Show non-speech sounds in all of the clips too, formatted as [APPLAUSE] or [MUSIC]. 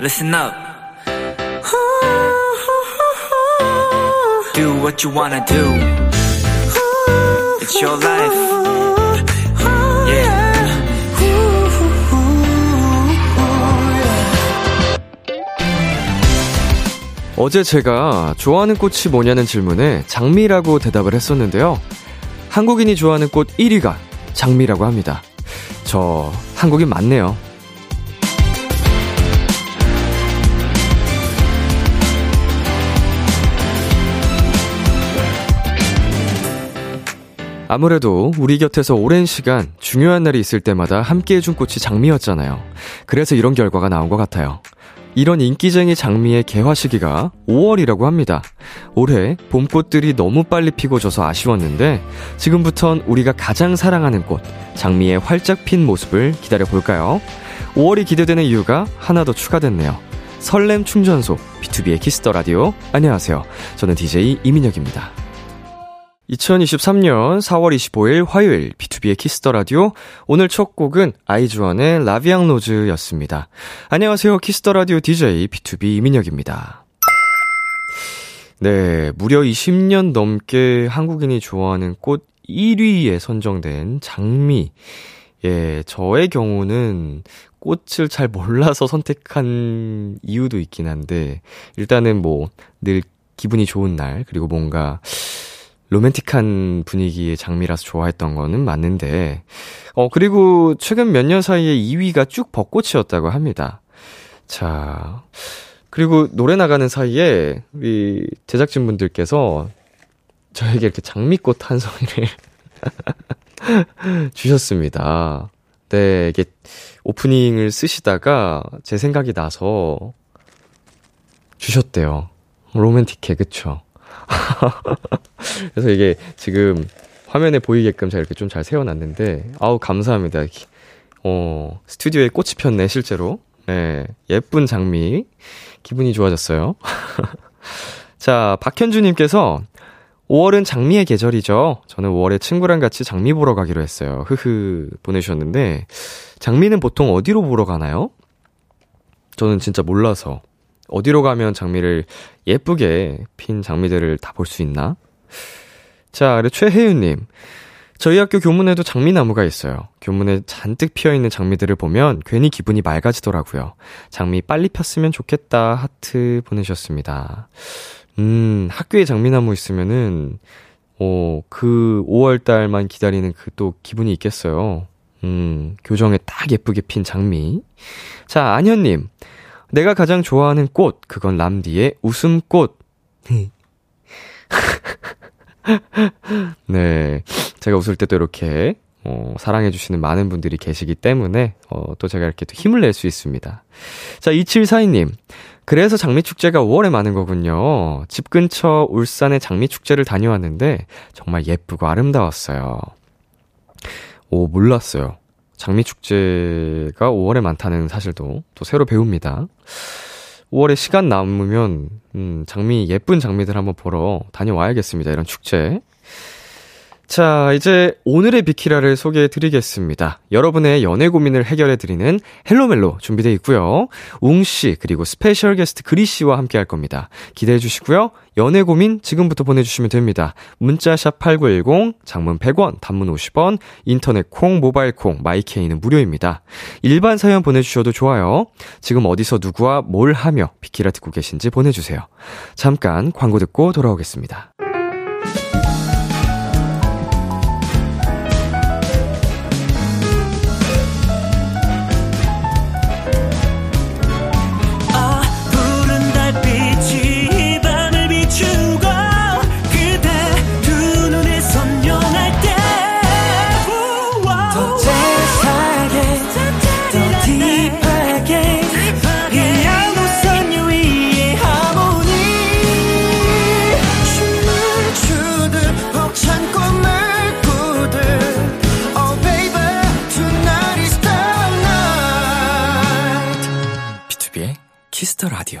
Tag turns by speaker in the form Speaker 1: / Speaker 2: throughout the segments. Speaker 1: listen up. Do what you wanna do. It's your life. Yeah.
Speaker 2: 어제 제가 좋아하는 꽃이 뭐냐는 질문에 장미라고 대답을 했었는데요. 한국인이 좋아하는 꽃 1위가 장미라고 합니다. 저 한국인 맞네요. 아무래도 우리 곁에서 오랜 시간 중요한 날이 있을 때마다 함께 해준 꽃이 장미였잖아요. 그래서 이런 결과가 나온 것 같아요. 이런 인기쟁이 장미의 개화 시기가 5월이라고 합니다. 올해 봄꽃들이 너무 빨리 피고 져서 아쉬웠는데 지금부턴 우리가 가장 사랑하는 꽃 장미의 활짝 핀 모습을 기다려 볼까요? 5월이 기대되는 이유가 하나 더 추가됐네요. 설렘 충전소 B2B의 키스터 라디오 안녕하세요. 저는 DJ 이민혁입니다. 2023년 4월 25일 화요일 B2B의 키스터 라디오 오늘 첫 곡은 아이즈원의 라비앙 로즈였습니다. 안녕하세요. 키스터 라디오 DJ B2B 이민혁입니다. 네, 무려 20년 넘게 한국인이 좋아하는 꽃 1위에 선정된 장미. 예, 저의 경우는 꽃을 잘 몰라서 선택한 이유도 있긴 한데 일단은 뭐 늘 기분이 좋은 날 그리고 뭔가 로맨틱한 분위기의 장미라서 좋아했던 거는 맞는데, 어, 그리고 최근 몇 년 사이에 2위가 쭉 벚꽃이었다고 합니다. 자, 그리고 노래 나가는 사이에 우리 제작진분들께서 저에게 이렇게 장미꽃 한 송이를 [LAUGHS] 주셨습니다. 네, 이게 오프닝을 쓰시다가 제 생각이 나서 주셨대요. 로맨틱해, 그쵸? [LAUGHS] 그래서 이게 지금 화면에 보이게끔 제가 이렇게 좀 잘 세워놨는데, 아우, 감사합니다. 이렇게. 어, 스튜디오에 꽃이 폈네, 실제로. 네, 예쁜 장미. 기분이 좋아졌어요. [LAUGHS] 자, 박현주님께서 5월은 장미의 계절이죠. 저는 5월에 친구랑 같이 장미 보러 가기로 했어요. 흐흐, 보내주셨는데, 장미는 보통 어디로 보러 가나요? 저는 진짜 몰라서. 어디로 가면 장미를 예쁘게 핀 장미들을 다 볼 수 있나? 자, 그리고 최혜윤님. 저희 학교 교문에도 장미나무가 있어요. 교문에 잔뜩 피어있는 장미들을 보면 괜히 기분이 맑아지더라고요. 장미 빨리 폈으면 좋겠다 하트 보내셨습니다. 음, 학교에 장미나무 있으면은, 어, 그 5월달만 기다리는 그 또 기분이 있겠어요. 음, 교정에 딱 예쁘게 핀 장미. 자, 안현님. 내가 가장 좋아하는 꽃, 그건 람디의 웃음꽃. 네. 제가 웃을 때도 이렇게, 어, 사랑해주시는 많은 분들이 계시기 때문에, 어, 또 제가 이렇게 또 힘을 낼 수 있습니다. 자, 2742님. 그래서 장미축제가 5월에 많은 거군요. 집 근처 울산의 장미축제를 다녀왔는데, 정말 예쁘고 아름다웠어요. 오, 몰랐어요. 장미축제가 5월에 많다는 사실도 또 새로 배웁니다. 5월에 시간 남으면, 음, 장미, 예쁜 장미들 한번 보러 다녀와야겠습니다. 이런 축제. 자, 이제 오늘의 비키라를 소개해 드리겠습니다. 여러분의 연애 고민을 해결해 드리는 헬로멜로 준비되어 있고요. 웅씨, 그리고 스페셜 게스트 그리씨와 함께 할 겁니다. 기대해 주시고요. 연애 고민 지금부터 보내주시면 됩니다. 문자샵 8910, 장문 100원, 단문 50원, 인터넷 콩, 모바일 콩, 마이케이는 무료입니다. 일반 사연 보내주셔도 좋아요. 지금 어디서 누구와 뭘 하며 비키라 듣고 계신지 보내주세요. 잠깐 광고 듣고 돌아오겠습니다.
Speaker 3: 아 푸른 달빛이 이 밤을 비추고 그대 두 눈이 선명할 때더 재사하게 더 딥하게 이 양도선 유위의 하모니 춤을 추듯 벅찬 꿈을 꾸듯 Oh baby tonight is the night
Speaker 1: B2B의 키스터 라디오.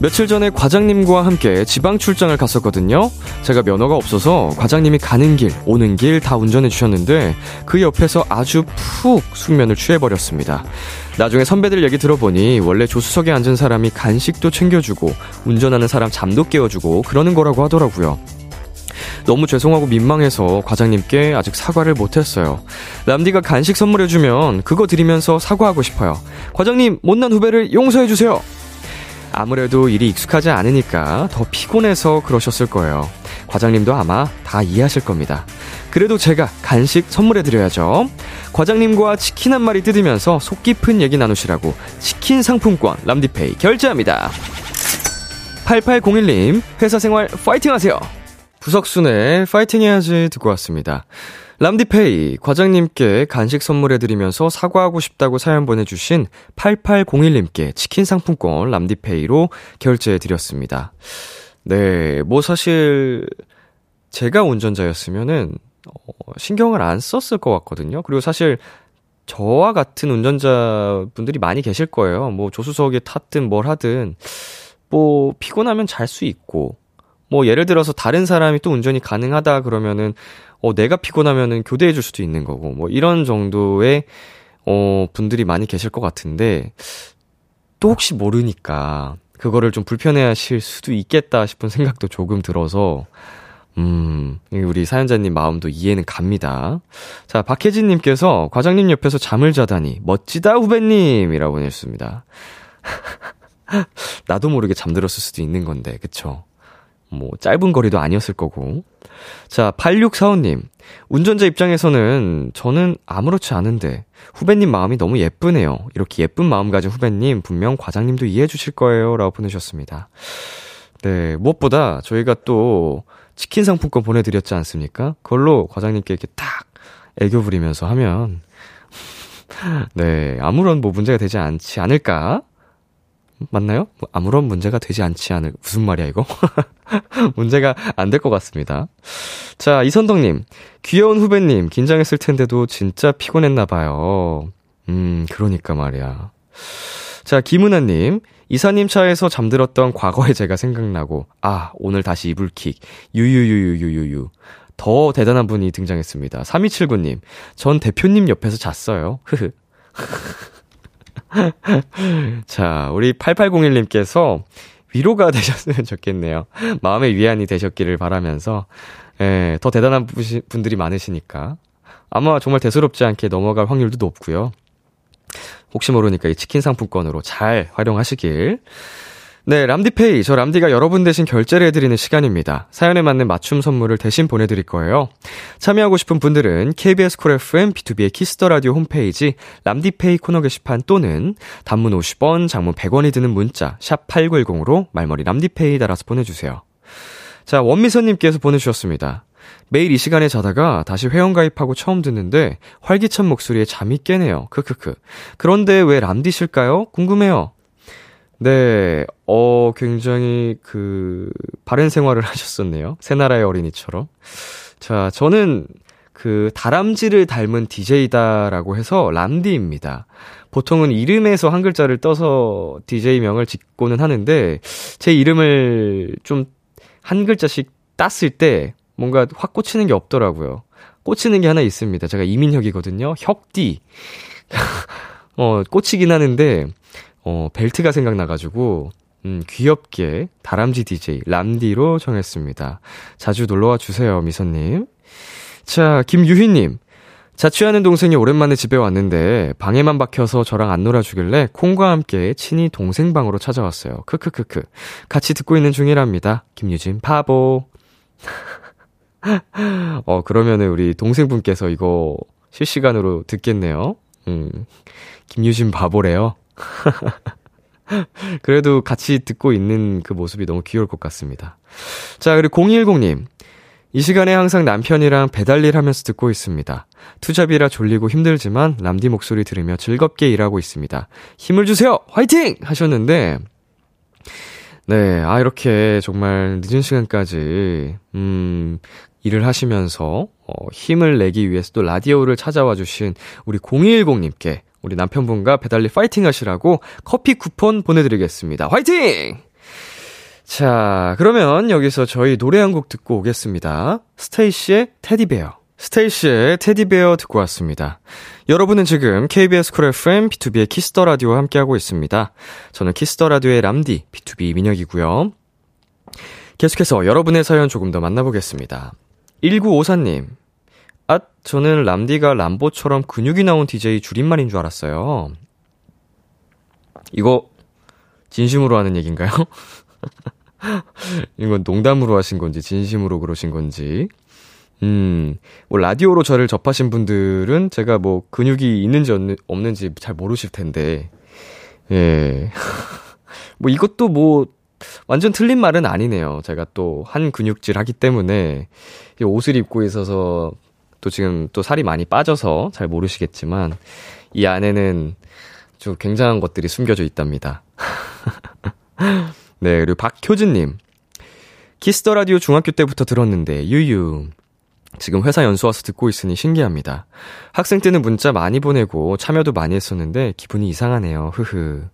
Speaker 2: 며칠 전에 과장님과 함께 지방 출장을 갔었거든요. 제가 면허가 없어서 과장님이 가는 길, 오는 길 다 운전해 주셨는데 그 옆에서 아주 푹 숙면을 취해 버렸습니다. 나중에 선배들 얘기 들어보니 원래 조수석에 앉은 사람이 간식도 챙겨주고 운전하는 사람 잠도 깨워주고 그러는 거라고 하더라고요. 너무 죄송하고 민망해서 과장님께 아직 사과를 못했어요. 람디가 간식 선물해주면 그거 드리면서 사과하고 싶어요. 과장님, 못난 후배를 용서해주세요! 아무래도 일이 익숙하지 않으니까 더 피곤해서 그러셨을 거예요. 과장님도 아마 다 이해하실 겁니다. 그래도 제가 간식 선물해드려야죠. 과장님과 치킨 한 마리 뜯으면서 속 깊은 얘기 나누시라고 치킨 상품권 람디페이 결제합니다. 8801님, 회사 생활 파이팅 하세요! 부석순의 파이팅 해야지 듣고 왔습니다. 람디페이 과장님께 간식 선물해드리면서 사과하고 싶다고 사연 보내주신 8801님께 치킨 상품권 람디페이로 결제해드렸습니다. 네, 뭐 사실 제가 운전자였으면은 어, 신경을 안 썼을 것 같거든요. 그리고 사실 저와 같은 운전자분들이 많이 계실 거예요. 뭐 조수석에 탔든 뭘 하든 뭐 피곤하면 잘 수 있고 뭐 예를 들어서 다른 사람이 또 운전이 가능하다 그러면은 어 내가 피곤하면은 교대해 줄 수도 있는 거고 뭐 이런 정도의 어 분들이 많이 계실 것 같은데 또 혹시 모르니까 그거를 좀 불편해하실 수도 있겠다 싶은 생각도 조금 들어서 음, 이 우리 사연자님 마음도 이해는 갑니다. 자, 박혜진님께서 과장님 옆에서 잠을 자다니 멋지다 후배님이라고 보내주셨습니다. [LAUGHS] 나도 모르게 잠들었을 수도 있는 건데, 그쵸? 뭐, 짧은 거리도 아니었을 거고. 자, 8645님. 운전자 입장에서는 저는 아무렇지 않은데, 후배님 마음이 너무 예쁘네요. 이렇게 예쁜 마음 가진 후배님, 분명 과장님도 이해해 주실 거예요. 라고 보내주셨습니다. 네, 무엇보다 저희가 또 치킨 상품권 보내드렸지 않습니까? 그걸로 과장님께 이렇게 딱 애교 부리면서 하면, [LAUGHS] 네, 아무런 뭐 문제가 되지 않지 않을까? 맞나요? 뭐 아무런 문제가 되지 않지 않을, 무슨 말이야, 이거? [LAUGHS] 문제가 안 될 것 같습니다. 자, 이선덕님. 귀여운 후배님, 긴장했을 텐데도 진짜 피곤했나봐요. 음, 그러니까 말이야. 자, 김은아님. 이사님 차에서 잠들었던 과거의 제가 생각나고, 아, 오늘 다시 이불킥. 유유유유유유유. 더 대단한 분이 등장했습니다. 3279님. 전 대표님 옆에서 잤어요. 흐흐. [LAUGHS] 자, 우리 8801님께서 위로가 되셨으면 좋겠네요. 마음의 위안이 되셨기를 바라면서, 예, 더 대단한 부시- 분들이 많으시니까. 아마 정말 대수롭지 않게 넘어갈 확률도 높고요. 혹시 모르니까 이 치킨 상품권으로 잘 활용하시길. 네, 람디페이. 저 람디가 여러분 대신 결제를 해드리는 시간입니다. 사연에 맞는 맞춤 선물을 대신 보내드릴 거예요. 참여하고 싶은 분들은 KBS 콜 FM B2B의 키스터 라디오 홈페이지 람디페이 코너 게시판 또는 단문 50원, 장문 100원이 드는 문자 샵 #8910으로 말머리 람디페이 달아서 보내주세요. 자, 원미선님께서 보내주셨습니다. 매일 이 시간에 자다가 다시 회원가입하고 처음 듣는데 활기찬 목소리에 잠이 깨네요. 크크크. 그런데 왜 람디실까요? 궁금해요. 네, 어, 굉장히 그, 바른 생활을 [LAUGHS] 하셨었네요. 새나라의 어린이처럼. 자, 저는 그, 다람쥐를 닮은 DJ다라고 해서 람디입니다. 보통은 이름에서 한 글자를 떠서 DJ명을 짓고는 하는데, 제 이름을 좀 한 글자씩 땄을 때 뭔가 확 꽂히는 게 없더라고요. 꽂히는 게 하나 있습니다. 제가 이민혁이거든요. 협디. [LAUGHS] 어, 꽂히긴 하는데, 어, 벨트가 생각나가지고, 음, 귀엽게 다람쥐 DJ 람디로 정했습니다. 자주 놀러와 주세요, 미선님. 자, 김유희님. 자취하는 동생이 오랜만에 집에 왔는데 방에만 박혀서 저랑 안 놀아주길래 콩과 함께 친히 동생 방으로 찾아왔어요. 크크크크. 같이 듣고 있는 중이랍니다. 김유진 파보. [LAUGHS] 어 그러면은 우리 동생분께서 이거 실시간으로 듣겠네요. 음. 김유진 바보래요. [LAUGHS] 그래도 같이 듣고 있는 그 모습이 너무 귀여울 것 같습니다. 자, 그리고 010님. 이 시간에 항상 남편이랑 배달일 하면서 듣고 있습니다. 투잡이라 졸리고 힘들지만 람디 목소리 들으며 즐겁게 일하고 있습니다. 힘을 주세요! 화이팅! 하셨는데, 네, 아, 이렇게 정말 늦은 시간까지, 음, 일을 하시면서 어, 힘을 내기 위해서 또 라디오를 찾아와 주신 우리 0210님께 우리 남편분과 배달리 파이팅 하시라고 커피 쿠폰 보내드리겠습니다. 화이팅! 자, 그러면 여기서 저희 노래 한 곡 듣고 오겠습니다. 스테이시의 테디베어. 스테이시의 테디베어 듣고 왔습니다. 여러분은 지금 KBS 쿨 FM B2B의 키스터 라디오와 함께하고 있습니다. 저는 키스터 라디오의 람디 B2B 민혁이고요. 계속해서 여러분의 사연 조금 더 만나보겠습니다. 1954님. 아, 저는 람디가 람보처럼 근육이 나온 DJ 줄임말인 줄 알았어요. 이거 진심으로 하는 얘기인가요? [LAUGHS] 이건 농담으로 하신 건지 진심으로 그러신 건지. 음, 뭐 라디오로 저를 접하신 분들은 제가 뭐 근육이 있는지 없는- 없는지 잘 모르실 텐데. 예. [LAUGHS] 뭐 이것도 뭐 완전 틀린 말은 아니네요. 제가 또 한 근육질 하기 때문에 이제 옷을 입고 있어서 또 지금 또 살이 많이 빠져서 잘 모르시겠지만 이 안에는 좀 굉장한 것들이 숨겨져 있답니다. [LAUGHS] 네, 그리고 박효진님. 키스터 라디오 중학교 때부터 들었는데, 유유. 지금 회사 연수 와서 듣고 있으니 신기합니다. 학생 때는 문자 많이 보내고 참여도 많이 했었는데 기분이 이상하네요. 흐흐.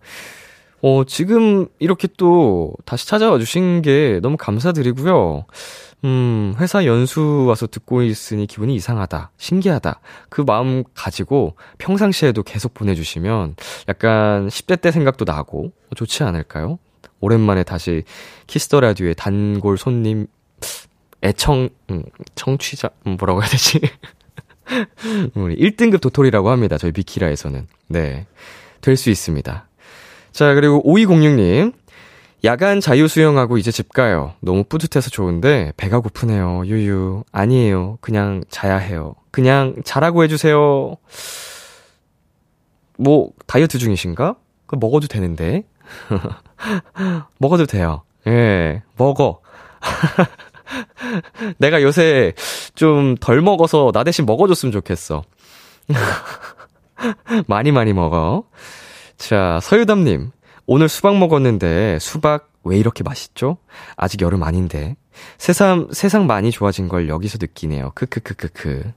Speaker 2: 어, 지금 이렇게 또 다시 찾아와 주신 게 너무 감사드리고요. 음, 회사 연수 와서 듣고 있으니 기분이 이상하다. 신기하다. 그 마음 가지고 평상시에도 계속 보내주시면 약간 10대 때 생각도 나고 좋지 않을까요? 오랜만에 다시 키스터 라디오의 단골 손님 애청 음, 청취자 음, 뭐라고 해야 되지? [LAUGHS] 우리 1등급 도토리라고 합니다. 저희 비키라에서는. 네. 될 수 있습니다. 자, 그리고 5206님. 야간 자유 수영하고 이제 집 가요. 너무 뿌듯해서 좋은데 배가 고프네요. 유유. 아니에요. 그냥 자야 해요. 그냥 자라고 해 주세요. 뭐 다이어트 중이신가? 그 먹어도 되는데. [LAUGHS] 먹어도 돼요. 예. 먹어. 내가 요새 좀 덜 먹어서 나 대신 먹어줬으면 좋겠어. [LAUGHS] 많이 많이 먹어. 자, 서유담님. 오늘 수박 먹었는데 수박 왜 이렇게 맛있죠? 아직 여름 아닌데. 세상, 세상 많이 좋아진 걸 여기서 느끼네요. 크크크크크.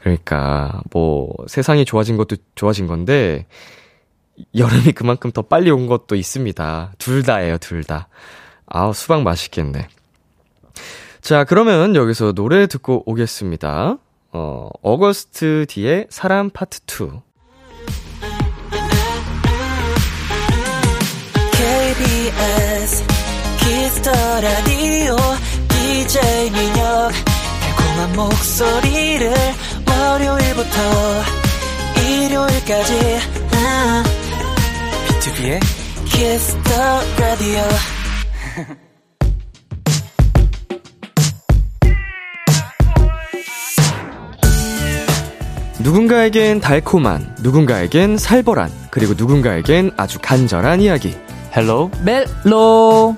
Speaker 2: 그러니까, 뭐, 세상이 좋아진 것도 좋아진 건데, 여름이 그만큼 더 빨리 온 것도 있습니다. 둘 다예요, 둘 다. 아우, 수박 맛있겠네. 자, 그러면 여기서 노래 듣고 오겠습니다. 어, 어거스트 D의 사람 파트 2.
Speaker 3: KBS 키스터 라디오 DJ 민혁 달콤한 목소리를 월요일부터 일요일까지 비투비의 키스터 라디오
Speaker 2: 누군가에겐 달콤한, 누군가에겐 살벌한, 그리고 누군가에겐 아주 간절한 이야기. 헬로
Speaker 4: 멜로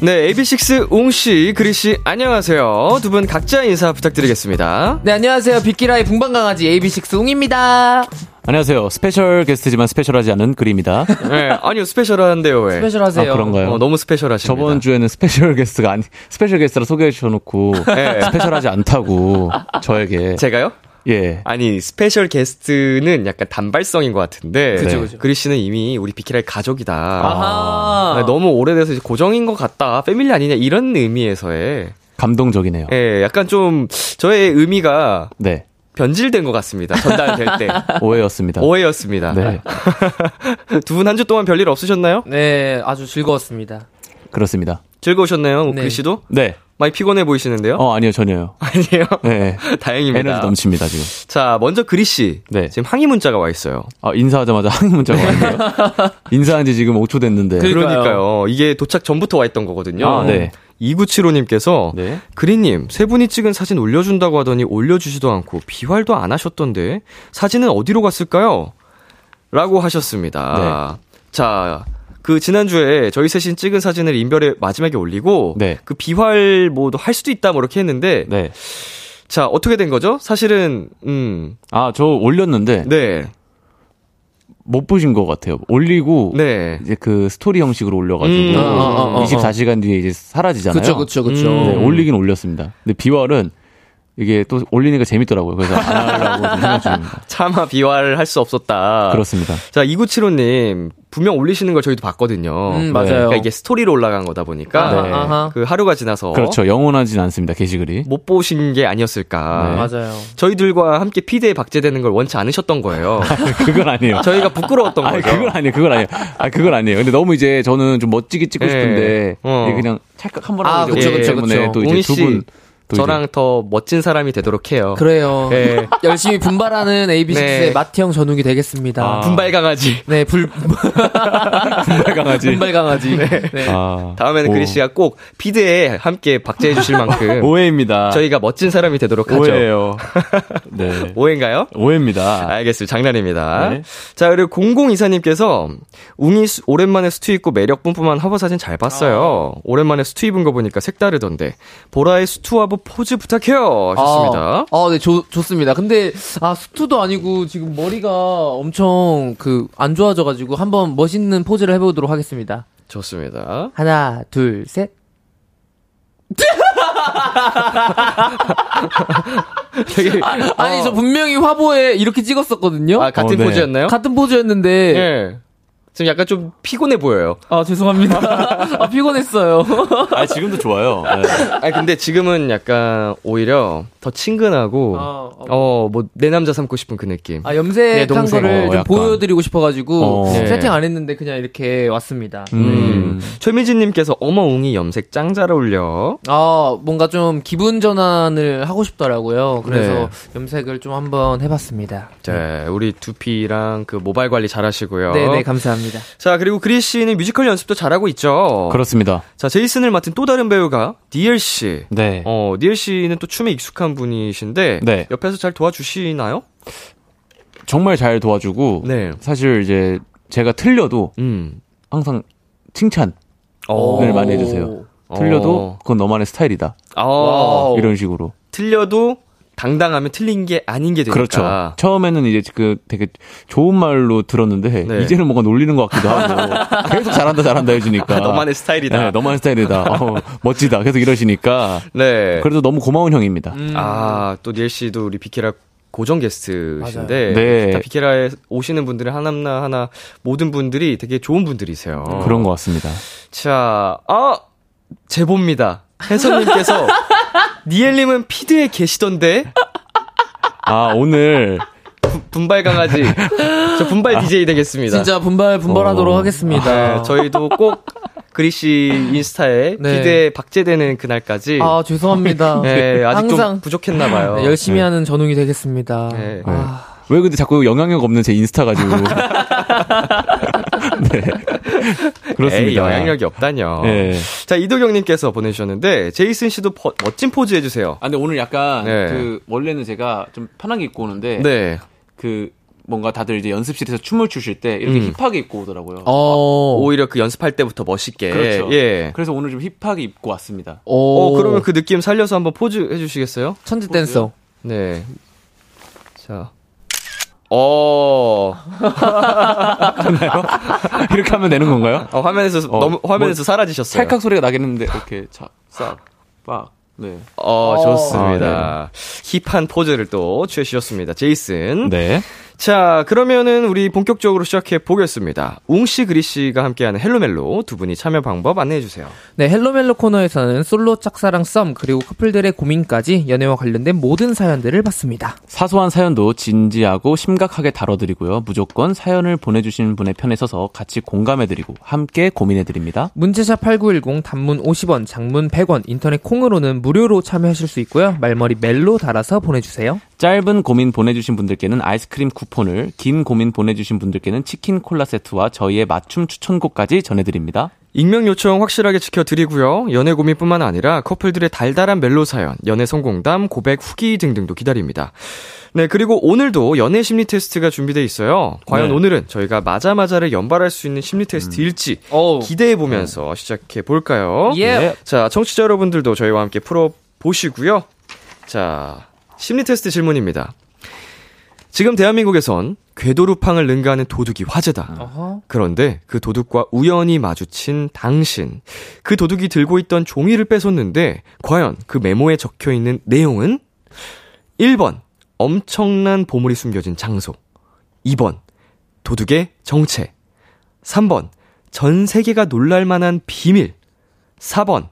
Speaker 2: 네, AB6 옹씨, 그리씨, 안녕하세요. 두 분 각자 인사 부탁드리겠습니다.
Speaker 4: 네 안녕하세요 빅키라의 붕방강아지 AB6 웅입니다
Speaker 5: 안녕하세요. 스페셜 게스트지만 스페셜하지 않은 그림이다.
Speaker 2: 네, 아니요, 스페셜한데요, 왜?
Speaker 4: 스페셜하세요
Speaker 5: 아, 그런가요?
Speaker 2: 어, 너무 스페셜하십니다.
Speaker 5: 저번 주에는 스페셜 게스트가 아니 스페셜 게스트라 소개해 주셔놓고
Speaker 2: 네.
Speaker 5: 스페셜하지 않다고 저에게
Speaker 2: 제가요?
Speaker 5: 예
Speaker 2: 아니, 스페셜 게스트는 약간 단발성인 것 같은데.
Speaker 5: 그죠,
Speaker 4: 그죠.
Speaker 2: 그리씨는 이미 우리 비키라의 가족이다.
Speaker 4: 아하
Speaker 2: 아, 너무 오래돼서 이제 고정인 것 같다. 패밀리 아니냐 이런 의미에서의
Speaker 5: 감동적이네요.
Speaker 2: 예, 약간 좀 저의 의미가
Speaker 5: 네
Speaker 2: 변질된 것 같습니다. 전달될
Speaker 4: [LAUGHS]
Speaker 2: 때
Speaker 5: 오해였습니다.
Speaker 2: 오해였습니다.
Speaker 5: 네
Speaker 2: [LAUGHS] 두 분 한 주 동안 별일 없으셨나요?
Speaker 4: 네 아주 즐거웠습니다
Speaker 5: 그렇습니다.
Speaker 2: 즐거우셨나요,
Speaker 4: 네.
Speaker 2: 우크 씨도?
Speaker 5: 네 어
Speaker 2: 많이 피곤해 보이시는데요?
Speaker 5: 아니요 전혀요.
Speaker 2: [LAUGHS] 아니에요. [LAUGHS]
Speaker 5: 네
Speaker 2: 다행입니다.
Speaker 5: 어. 에너지 넘칩니다 지금.
Speaker 2: 자, 먼저 그리 씨.
Speaker 5: 네.
Speaker 2: 지금 항의 문자가 와 있어요.
Speaker 5: 아 인사하자마자 항의
Speaker 2: [LAUGHS]
Speaker 5: 문자가 왔네요. 인사한 지 지금 5초 됐는데.
Speaker 4: 그러니까요.
Speaker 2: 네. 그러니까요. 이게 도착 전부터 와 있던 거거든요.
Speaker 5: 아, 네.
Speaker 2: 2975님께서
Speaker 5: 네.
Speaker 2: 그리님, 세 분이 찍은 사진 올려준다고 하더니 올려주지도 않고 비활도 안 하셨던데 사진은 어디로 갔을까요? 라고 하셨습니다.
Speaker 5: 네.
Speaker 2: 자, 그 지난주에 저희 셋이 찍은 사진을 인별에 마지막에 올리고
Speaker 5: 네.
Speaker 2: 그 비활 뭐할 수도 있다 뭐 이렇게 했는데
Speaker 5: 네.
Speaker 2: 자, 어떻게 된 거죠? 사실은, 음,
Speaker 5: 아, 저 올렸는데
Speaker 2: 네,
Speaker 5: 못 보신 것 같아요. 올리고
Speaker 2: 네.
Speaker 5: 이제 그 스토리 형식으로 올려가지고
Speaker 2: 음, 어, 어,
Speaker 4: 어, 어.
Speaker 5: 24시간 뒤에 이제 사라지잖아요.
Speaker 4: 그쵸, 그쵸, 그쵸.
Speaker 2: 음.
Speaker 5: 네, 올리긴 올렸습니다. 근데 비월은 이게 또 올리니까 재밌더라고요. 그래서 안 하려고 좀 생각
Speaker 2: [LAUGHS]
Speaker 5: 중입니다.
Speaker 2: 차마 비화를 할 수 없었다.
Speaker 5: 그렇습니다.
Speaker 2: 자, 2975님, 분명 올리시는 걸 저희도 봤거든요.
Speaker 4: 음, 맞아요.
Speaker 2: 그러니까 이게 스토리로 올라간 거다 보니까,
Speaker 4: 아하, 아하.
Speaker 2: 그 하루가 지나서,
Speaker 5: 그렇죠. 영원하진 않습니다.
Speaker 2: [LAUGHS]
Speaker 5: 게시글이.
Speaker 2: 못 보신 게 아니었을까.
Speaker 5: 네.
Speaker 4: 맞아요.
Speaker 2: 저희들과 함께 피드에 박제되는 걸 원치 않으셨던 거예요.
Speaker 5: [LAUGHS] 그건 아니에요.
Speaker 2: 저희가 부끄러웠던
Speaker 5: 아니
Speaker 2: 거죠.
Speaker 5: 그건 아니에요. 그건 아니에요. 아 그건 아니에요. 근데 너무 이제 저는 좀 멋지게 찍고
Speaker 2: 예.
Speaker 5: 싶은데
Speaker 2: 어.
Speaker 5: 이게 그냥 찰칵 한번
Speaker 4: 아,
Speaker 5: 하고
Speaker 4: 그쵸,
Speaker 5: 이제 오기
Speaker 4: 그쵸,
Speaker 5: 때문에
Speaker 4: 그쵸.
Speaker 5: 또
Speaker 2: 웅이
Speaker 5: 이제
Speaker 2: 씨,
Speaker 5: 두분
Speaker 2: 저랑 더 멋진 사람이 되도록 해요.
Speaker 4: 그래요.
Speaker 2: 네.
Speaker 4: [LAUGHS] 열심히 분발하는 AB6IX의
Speaker 2: 네.
Speaker 4: 마티형 전웅이 되겠습니다.
Speaker 5: 아.
Speaker 2: 분발 강아지.
Speaker 4: 네, 불,
Speaker 5: 분발 강아지.
Speaker 4: 분발 강아지. 네.
Speaker 5: 아,
Speaker 2: 다음에는
Speaker 5: 오.
Speaker 2: 그리 씨가 꼭 피드에 함께 박제해 주실 만큼
Speaker 5: [LAUGHS] 오해입니다.
Speaker 2: 저희가 멋진 사람이 되도록 하죠. [LAUGHS]
Speaker 5: 오해예요. 네.
Speaker 2: 오해인가요?
Speaker 5: 오해입니다.
Speaker 2: 알겠습니다. 장난입니다.
Speaker 5: 네.
Speaker 2: 자, 그리고 002사님께서 웅이 수- 오랜만에 수트 입고 매력 뿜뿜한 화보 사진 잘 봤어요. 오랜만에 수트 입은 거 보니까 색다르던데. 보라의 수트 화보 포즈 부탁해요. 하셨습니다.
Speaker 4: 아, 아, 네, 좋, 좋습니다. 근데, 아, 수트도 아니고, 지금 머리가 엄청, 그, 안 좋아져가지고, 한번 멋있는 포즈를 해보도록 하겠습니다.
Speaker 2: 좋습니다.
Speaker 4: 하나, 둘, 셋.
Speaker 2: 되게
Speaker 4: 아니, 저 분명히 화보에 이렇게 찍었었거든요?
Speaker 2: 아, 같은
Speaker 5: 어, 네.
Speaker 2: 포즈였나요?
Speaker 4: 같은 포즈였는데,
Speaker 2: 예. 지금 약간 좀 피곤해 보여요.
Speaker 4: 아, 죄송합니다. [LAUGHS] 아, 피곤했어요.
Speaker 5: 아, 지금도 좋아요. 네.
Speaker 2: 아 근데 지금은 약간 오히려 더 친근하고
Speaker 4: 아, 어.
Speaker 2: 어 뭐 내 남자 삼고 싶은 그 느낌.
Speaker 4: 아, 염색한
Speaker 2: 내 동생.
Speaker 4: 거를
Speaker 5: 어,
Speaker 4: 좀
Speaker 5: 약간.
Speaker 4: 보여드리고 싶어가지고, 네.
Speaker 5: 어.
Speaker 4: 세팅 안 했는데, 그냥 이렇게 왔습니다.
Speaker 2: 네.
Speaker 5: 음.
Speaker 2: 최미진님께서 어머 웅이 염색 짱 잘 어울려.
Speaker 4: 아, 뭔가 좀 기분 전환을 하고 싶더라고요. 그래서
Speaker 2: 네.
Speaker 4: 염색을 좀 한번 해봤습니다.
Speaker 5: 네.
Speaker 2: 자 네, 우리 두피랑 그 모발 관리 잘하시고요.
Speaker 4: 네네, 감사합니다.
Speaker 2: 자 그리고 그리 씨는 뮤지컬 연습도 잘하고 있죠.
Speaker 5: 그렇습니다.
Speaker 2: 자 제이슨을 맡은 또 다른 배우가 니엘 씨.
Speaker 5: 네.
Speaker 2: 어 니엘 씨는 또 춤에 익숙한 분이신데
Speaker 5: 네.
Speaker 2: 옆에서 잘 도와주시나요?
Speaker 5: 정말 잘 도와주고
Speaker 2: 네.
Speaker 5: 사실 이제 제가 틀려도
Speaker 2: 음.
Speaker 5: 항상 칭찬을
Speaker 2: 어, 오.
Speaker 5: 많이 해주세요.
Speaker 2: 어.
Speaker 5: 어. 네, 틀려도 그건 너만의 스타일이다.
Speaker 2: 어.
Speaker 5: 이런 식으로.
Speaker 2: 틀려도 당당하면 틀린 게 아닌 게 되니까.
Speaker 5: 그렇죠. 처음에는 이제 그 되게 좋은 말로 들었는데
Speaker 2: 네.
Speaker 5: 이제는 뭔가 놀리는 것
Speaker 2: [LAUGHS]
Speaker 5: 같기도 하고 계속 잘한다 잘한다
Speaker 2: [LAUGHS]
Speaker 5: 해주니까
Speaker 2: 너만의 스타일이다.
Speaker 5: 네,
Speaker 2: [LAUGHS]
Speaker 5: 너만의 스타일이다. 어, 멋지다. 계속 이러시니까
Speaker 2: 네.
Speaker 5: 그래도 너무 고마운 형입니다.
Speaker 2: 아, 또 닐 씨도 우리 비케라 고정 게스트신데
Speaker 5: 맞아요. 네.
Speaker 2: 다 비케라에 오시는 분들이 하나나 하나 모든 분들이 되게 좋은 분들이세요.
Speaker 5: 음, 그런 것 같습니다.
Speaker 2: 자, 아 제보입니다. 해선님께서 니엘님은 피드에 계시던데
Speaker 5: 아 오늘
Speaker 2: 분발 강아지 저 분발 DJ 되겠습니다.
Speaker 4: 진짜 분발, 분발하도록
Speaker 5: 어.
Speaker 4: 하겠습니다.
Speaker 2: 네, 저희도 꼭 그리 씨 인스타에
Speaker 4: 네.
Speaker 2: 피드에 박제되는 그날까지
Speaker 4: 아, 죄송합니다.
Speaker 2: [LAUGHS] 네, 아직 좀
Speaker 4: 항상
Speaker 2: 부족했나 봐요.
Speaker 4: 네, 열심히 하는 전웅이 되겠습니다.
Speaker 2: 네.
Speaker 4: 아,
Speaker 5: 왜 근데 자꾸 영향력 없는 제 인스타
Speaker 2: [LAUGHS]
Speaker 5: 가지고 [LAUGHS] 네 그렇습니다.
Speaker 2: 에이, 영향력이 없다뇨.
Speaker 5: 예.
Speaker 2: 자, 이도경님께서 보내주셨는데, 제이슨 씨도 버- 멋진 포즈 해주세요.
Speaker 5: 아 근데 오늘 약간
Speaker 2: 네.
Speaker 5: 그 원래는 제가 좀 편하게 입고 오는데
Speaker 2: 네.
Speaker 5: 그 뭔가 다들 이제 연습실에서 춤을 추실 때 이렇게
Speaker 2: 음.
Speaker 5: 힙하게 입고 오더라고요.
Speaker 4: 어.
Speaker 2: 오히려 그 연습할 때부터 멋있게.
Speaker 5: 그렇죠.
Speaker 2: 예.
Speaker 5: 그래서 오늘 좀 힙하게 입고 왔습니다.
Speaker 2: 어,
Speaker 4: 오.
Speaker 2: 그러면 그 느낌 살려서 한번 포즈 해주시겠어요?
Speaker 4: 천재 댄서.
Speaker 2: 네. 자. 어,
Speaker 5: 어, 이렇게 하면 되는 [LAUGHS] 건가요?
Speaker 2: 어, 화면에서,
Speaker 5: 어,
Speaker 2: 너무, 화면에서
Speaker 5: 뭐,
Speaker 2: 사라지셨어요.
Speaker 5: 찰칵 소리가 나겠는데 이렇게 싹빡 네.
Speaker 2: 어,
Speaker 4: 어.
Speaker 5: 아,
Speaker 2: 좋습니다. 힙한 포즈를 또 취해주셨습니다. 제이슨.
Speaker 5: 네.
Speaker 2: 자, 그러면은 우리 본격적으로 시작해 보겠습니다. 웅씨, 그리씨가 함께하는 헬로멜로 두 분이 참여 방법 안내해주세요.
Speaker 4: 네, 헬로멜로 코너에서는 솔로 짝사랑 썸, 그리고 커플들의 고민까지 연애와 관련된 모든 사연들을 봤습니다.
Speaker 5: 사소한 사연도 진지하고 심각하게 다뤄드리고요. 무조건 사연을 보내주신 분의 편에 서서 같이 공감해드리고 함께 고민해드립니다.
Speaker 4: 문자샵 8910 단문 50원, 장문 100원, 인터넷 콩으로는 무료로 참여하실 수 있고요. 말머리 멜로 달아서 보내주세요.
Speaker 5: 짧은 고민 보내주신 분들께는 아이스크림 쿠폰을, 긴 고민 보내주신 분들께는 치킨 콜라 세트와 저희의 맞춤 추천곡까지 전해드립니다.
Speaker 2: 익명 요청 확실하게 지켜드리고요. 연애 고민뿐만 아니라 커플들의 달달한 멜로 사연, 연애 성공담, 고백 후기 등등도 기다립니다. 네, 그리고 오늘도 연애 심리 테스트가 준비되어 있어요. 과연
Speaker 5: 네.
Speaker 2: 오늘은 저희가 맞아마자를 연발할 수 있는 심리 테스트일지 기대해 보면서 시작해 볼까요?
Speaker 4: 음. 예.
Speaker 2: 자, 청취자 여러분들도 저희와 함께 풀어 보시고요. 자, 심리 테스트 질문입니다. 지금 대한민국에선 궤도루팡을 능가하는 도둑이 화제다.
Speaker 4: 어허.
Speaker 2: 그런데 그 도둑과 우연히 마주친 당신. 그 도둑이 들고 있던 종이를 뺏었는데, 과연 그 메모에 적혀 있는 내용은? 1번, 엄청난 보물이 숨겨진 장소. 2번, 도둑의 정체. 3번, 전 세계가 놀랄 만한 비밀. 4번,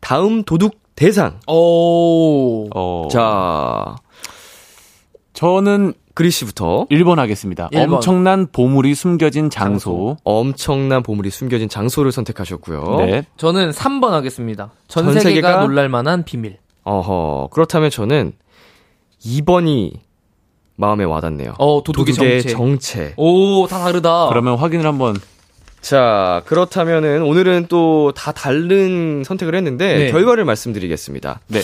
Speaker 2: 다음 도둑 대상.
Speaker 4: 오.
Speaker 5: 어,
Speaker 2: 자,
Speaker 5: 저는
Speaker 2: 그리 씨부터.
Speaker 5: 1번 하겠습니다.
Speaker 4: 일 번.
Speaker 5: 엄청난 보물이 숨겨진 장소.
Speaker 2: 엄청난 보물이 숨겨진 장소를 선택하셨고요.
Speaker 5: 네.
Speaker 4: 저는 3번 하겠습니다. 전,
Speaker 2: 전
Speaker 4: 세계가,
Speaker 2: 세계가
Speaker 4: 놀랄 만한 비밀.
Speaker 2: 어허. 그렇다면 저는 2번이 마음에 와닿네요.
Speaker 4: 어, 도둑의 정체. 어.
Speaker 2: 정체.
Speaker 4: 오, 다
Speaker 2: 어?
Speaker 4: 다르다.
Speaker 5: 그러면 확인을 한번
Speaker 2: 자, 그렇다면은 오늘은 또 다 다른 선택을 했는데
Speaker 4: 네.
Speaker 2: 결과를 말씀드리겠습니다.
Speaker 5: 네.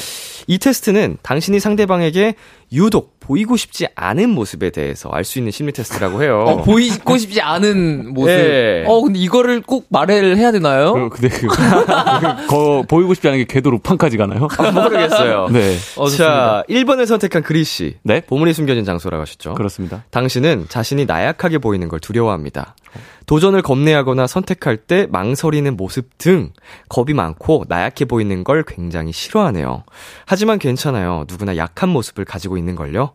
Speaker 2: 이 테스트는 당신이 상대방에게 유독 보이고 싶지 않은 모습에 대해서 알 수 있는 심리 테스트라고 해요.
Speaker 4: [LAUGHS] 어, 보이고 싶지 않은 모습.
Speaker 2: 예.
Speaker 4: 어, 근데 이거를 꼭 말을 해야
Speaker 2: 어?
Speaker 4: 되나요?
Speaker 5: 그, 근데 그, 거, 보이고 싶지 않은 게 궤도 루팡까지 가나요?
Speaker 4: [LAUGHS]
Speaker 2: 모르겠어요.
Speaker 5: 네.
Speaker 4: 어, 좋습니다.
Speaker 2: 자, 1번을 선택한 그리 씨.
Speaker 5: 네.
Speaker 2: 보물이 숨겨진 장소라고 하셨죠?
Speaker 5: 그렇습니다.
Speaker 2: 당신은 자신이 나약하게 보이는 걸 두려워합니다. 도전을 겁내하거나 선택할 때 망설이는 모습 등 겁이 많고 나약해 보이는 걸 굉장히 싫어하네요. 하지만 괜찮아요. 누구나 약한 모습을 가지고 있는 걸요.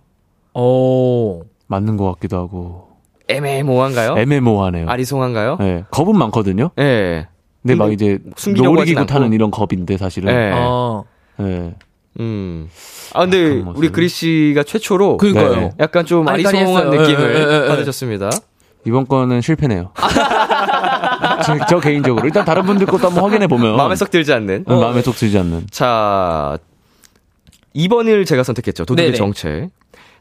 Speaker 4: 오.
Speaker 5: 맞는 것 같기도 하고.
Speaker 2: 애매모한가요?
Speaker 5: 애매모호하네요.
Speaker 2: 어? 아리송한가요?
Speaker 5: 네. 겁은 많거든요.
Speaker 2: 예.
Speaker 5: 근데 막 이제
Speaker 2: 숨기려고
Speaker 5: 놀이기구
Speaker 2: 하진
Speaker 5: 타는
Speaker 2: 않고.
Speaker 5: 이런 겁인데 사실은.
Speaker 2: 예.
Speaker 4: 어.
Speaker 5: 네.
Speaker 2: 음. 아 근데
Speaker 5: 약한 모습.
Speaker 2: 우리 그리 씨가 최초로
Speaker 4: 그니까요.
Speaker 5: 네.
Speaker 2: 약간 좀
Speaker 4: 아리까리했어요. 예,
Speaker 2: 아리송한
Speaker 4: 예, 예,
Speaker 2: 느낌을
Speaker 4: 예.
Speaker 2: 받으셨습니다.
Speaker 5: 이번 거는 실패네요. 저, 저 개인적으로 일단 다른 분들 것도 한번 확인해 보면
Speaker 2: 마음에 썩 들지 않는.
Speaker 5: 음, 마음에 쏙 들지 않는.
Speaker 2: 자, 2번을 제가 선택했죠. 도둑의
Speaker 4: 네네.
Speaker 2: 정체.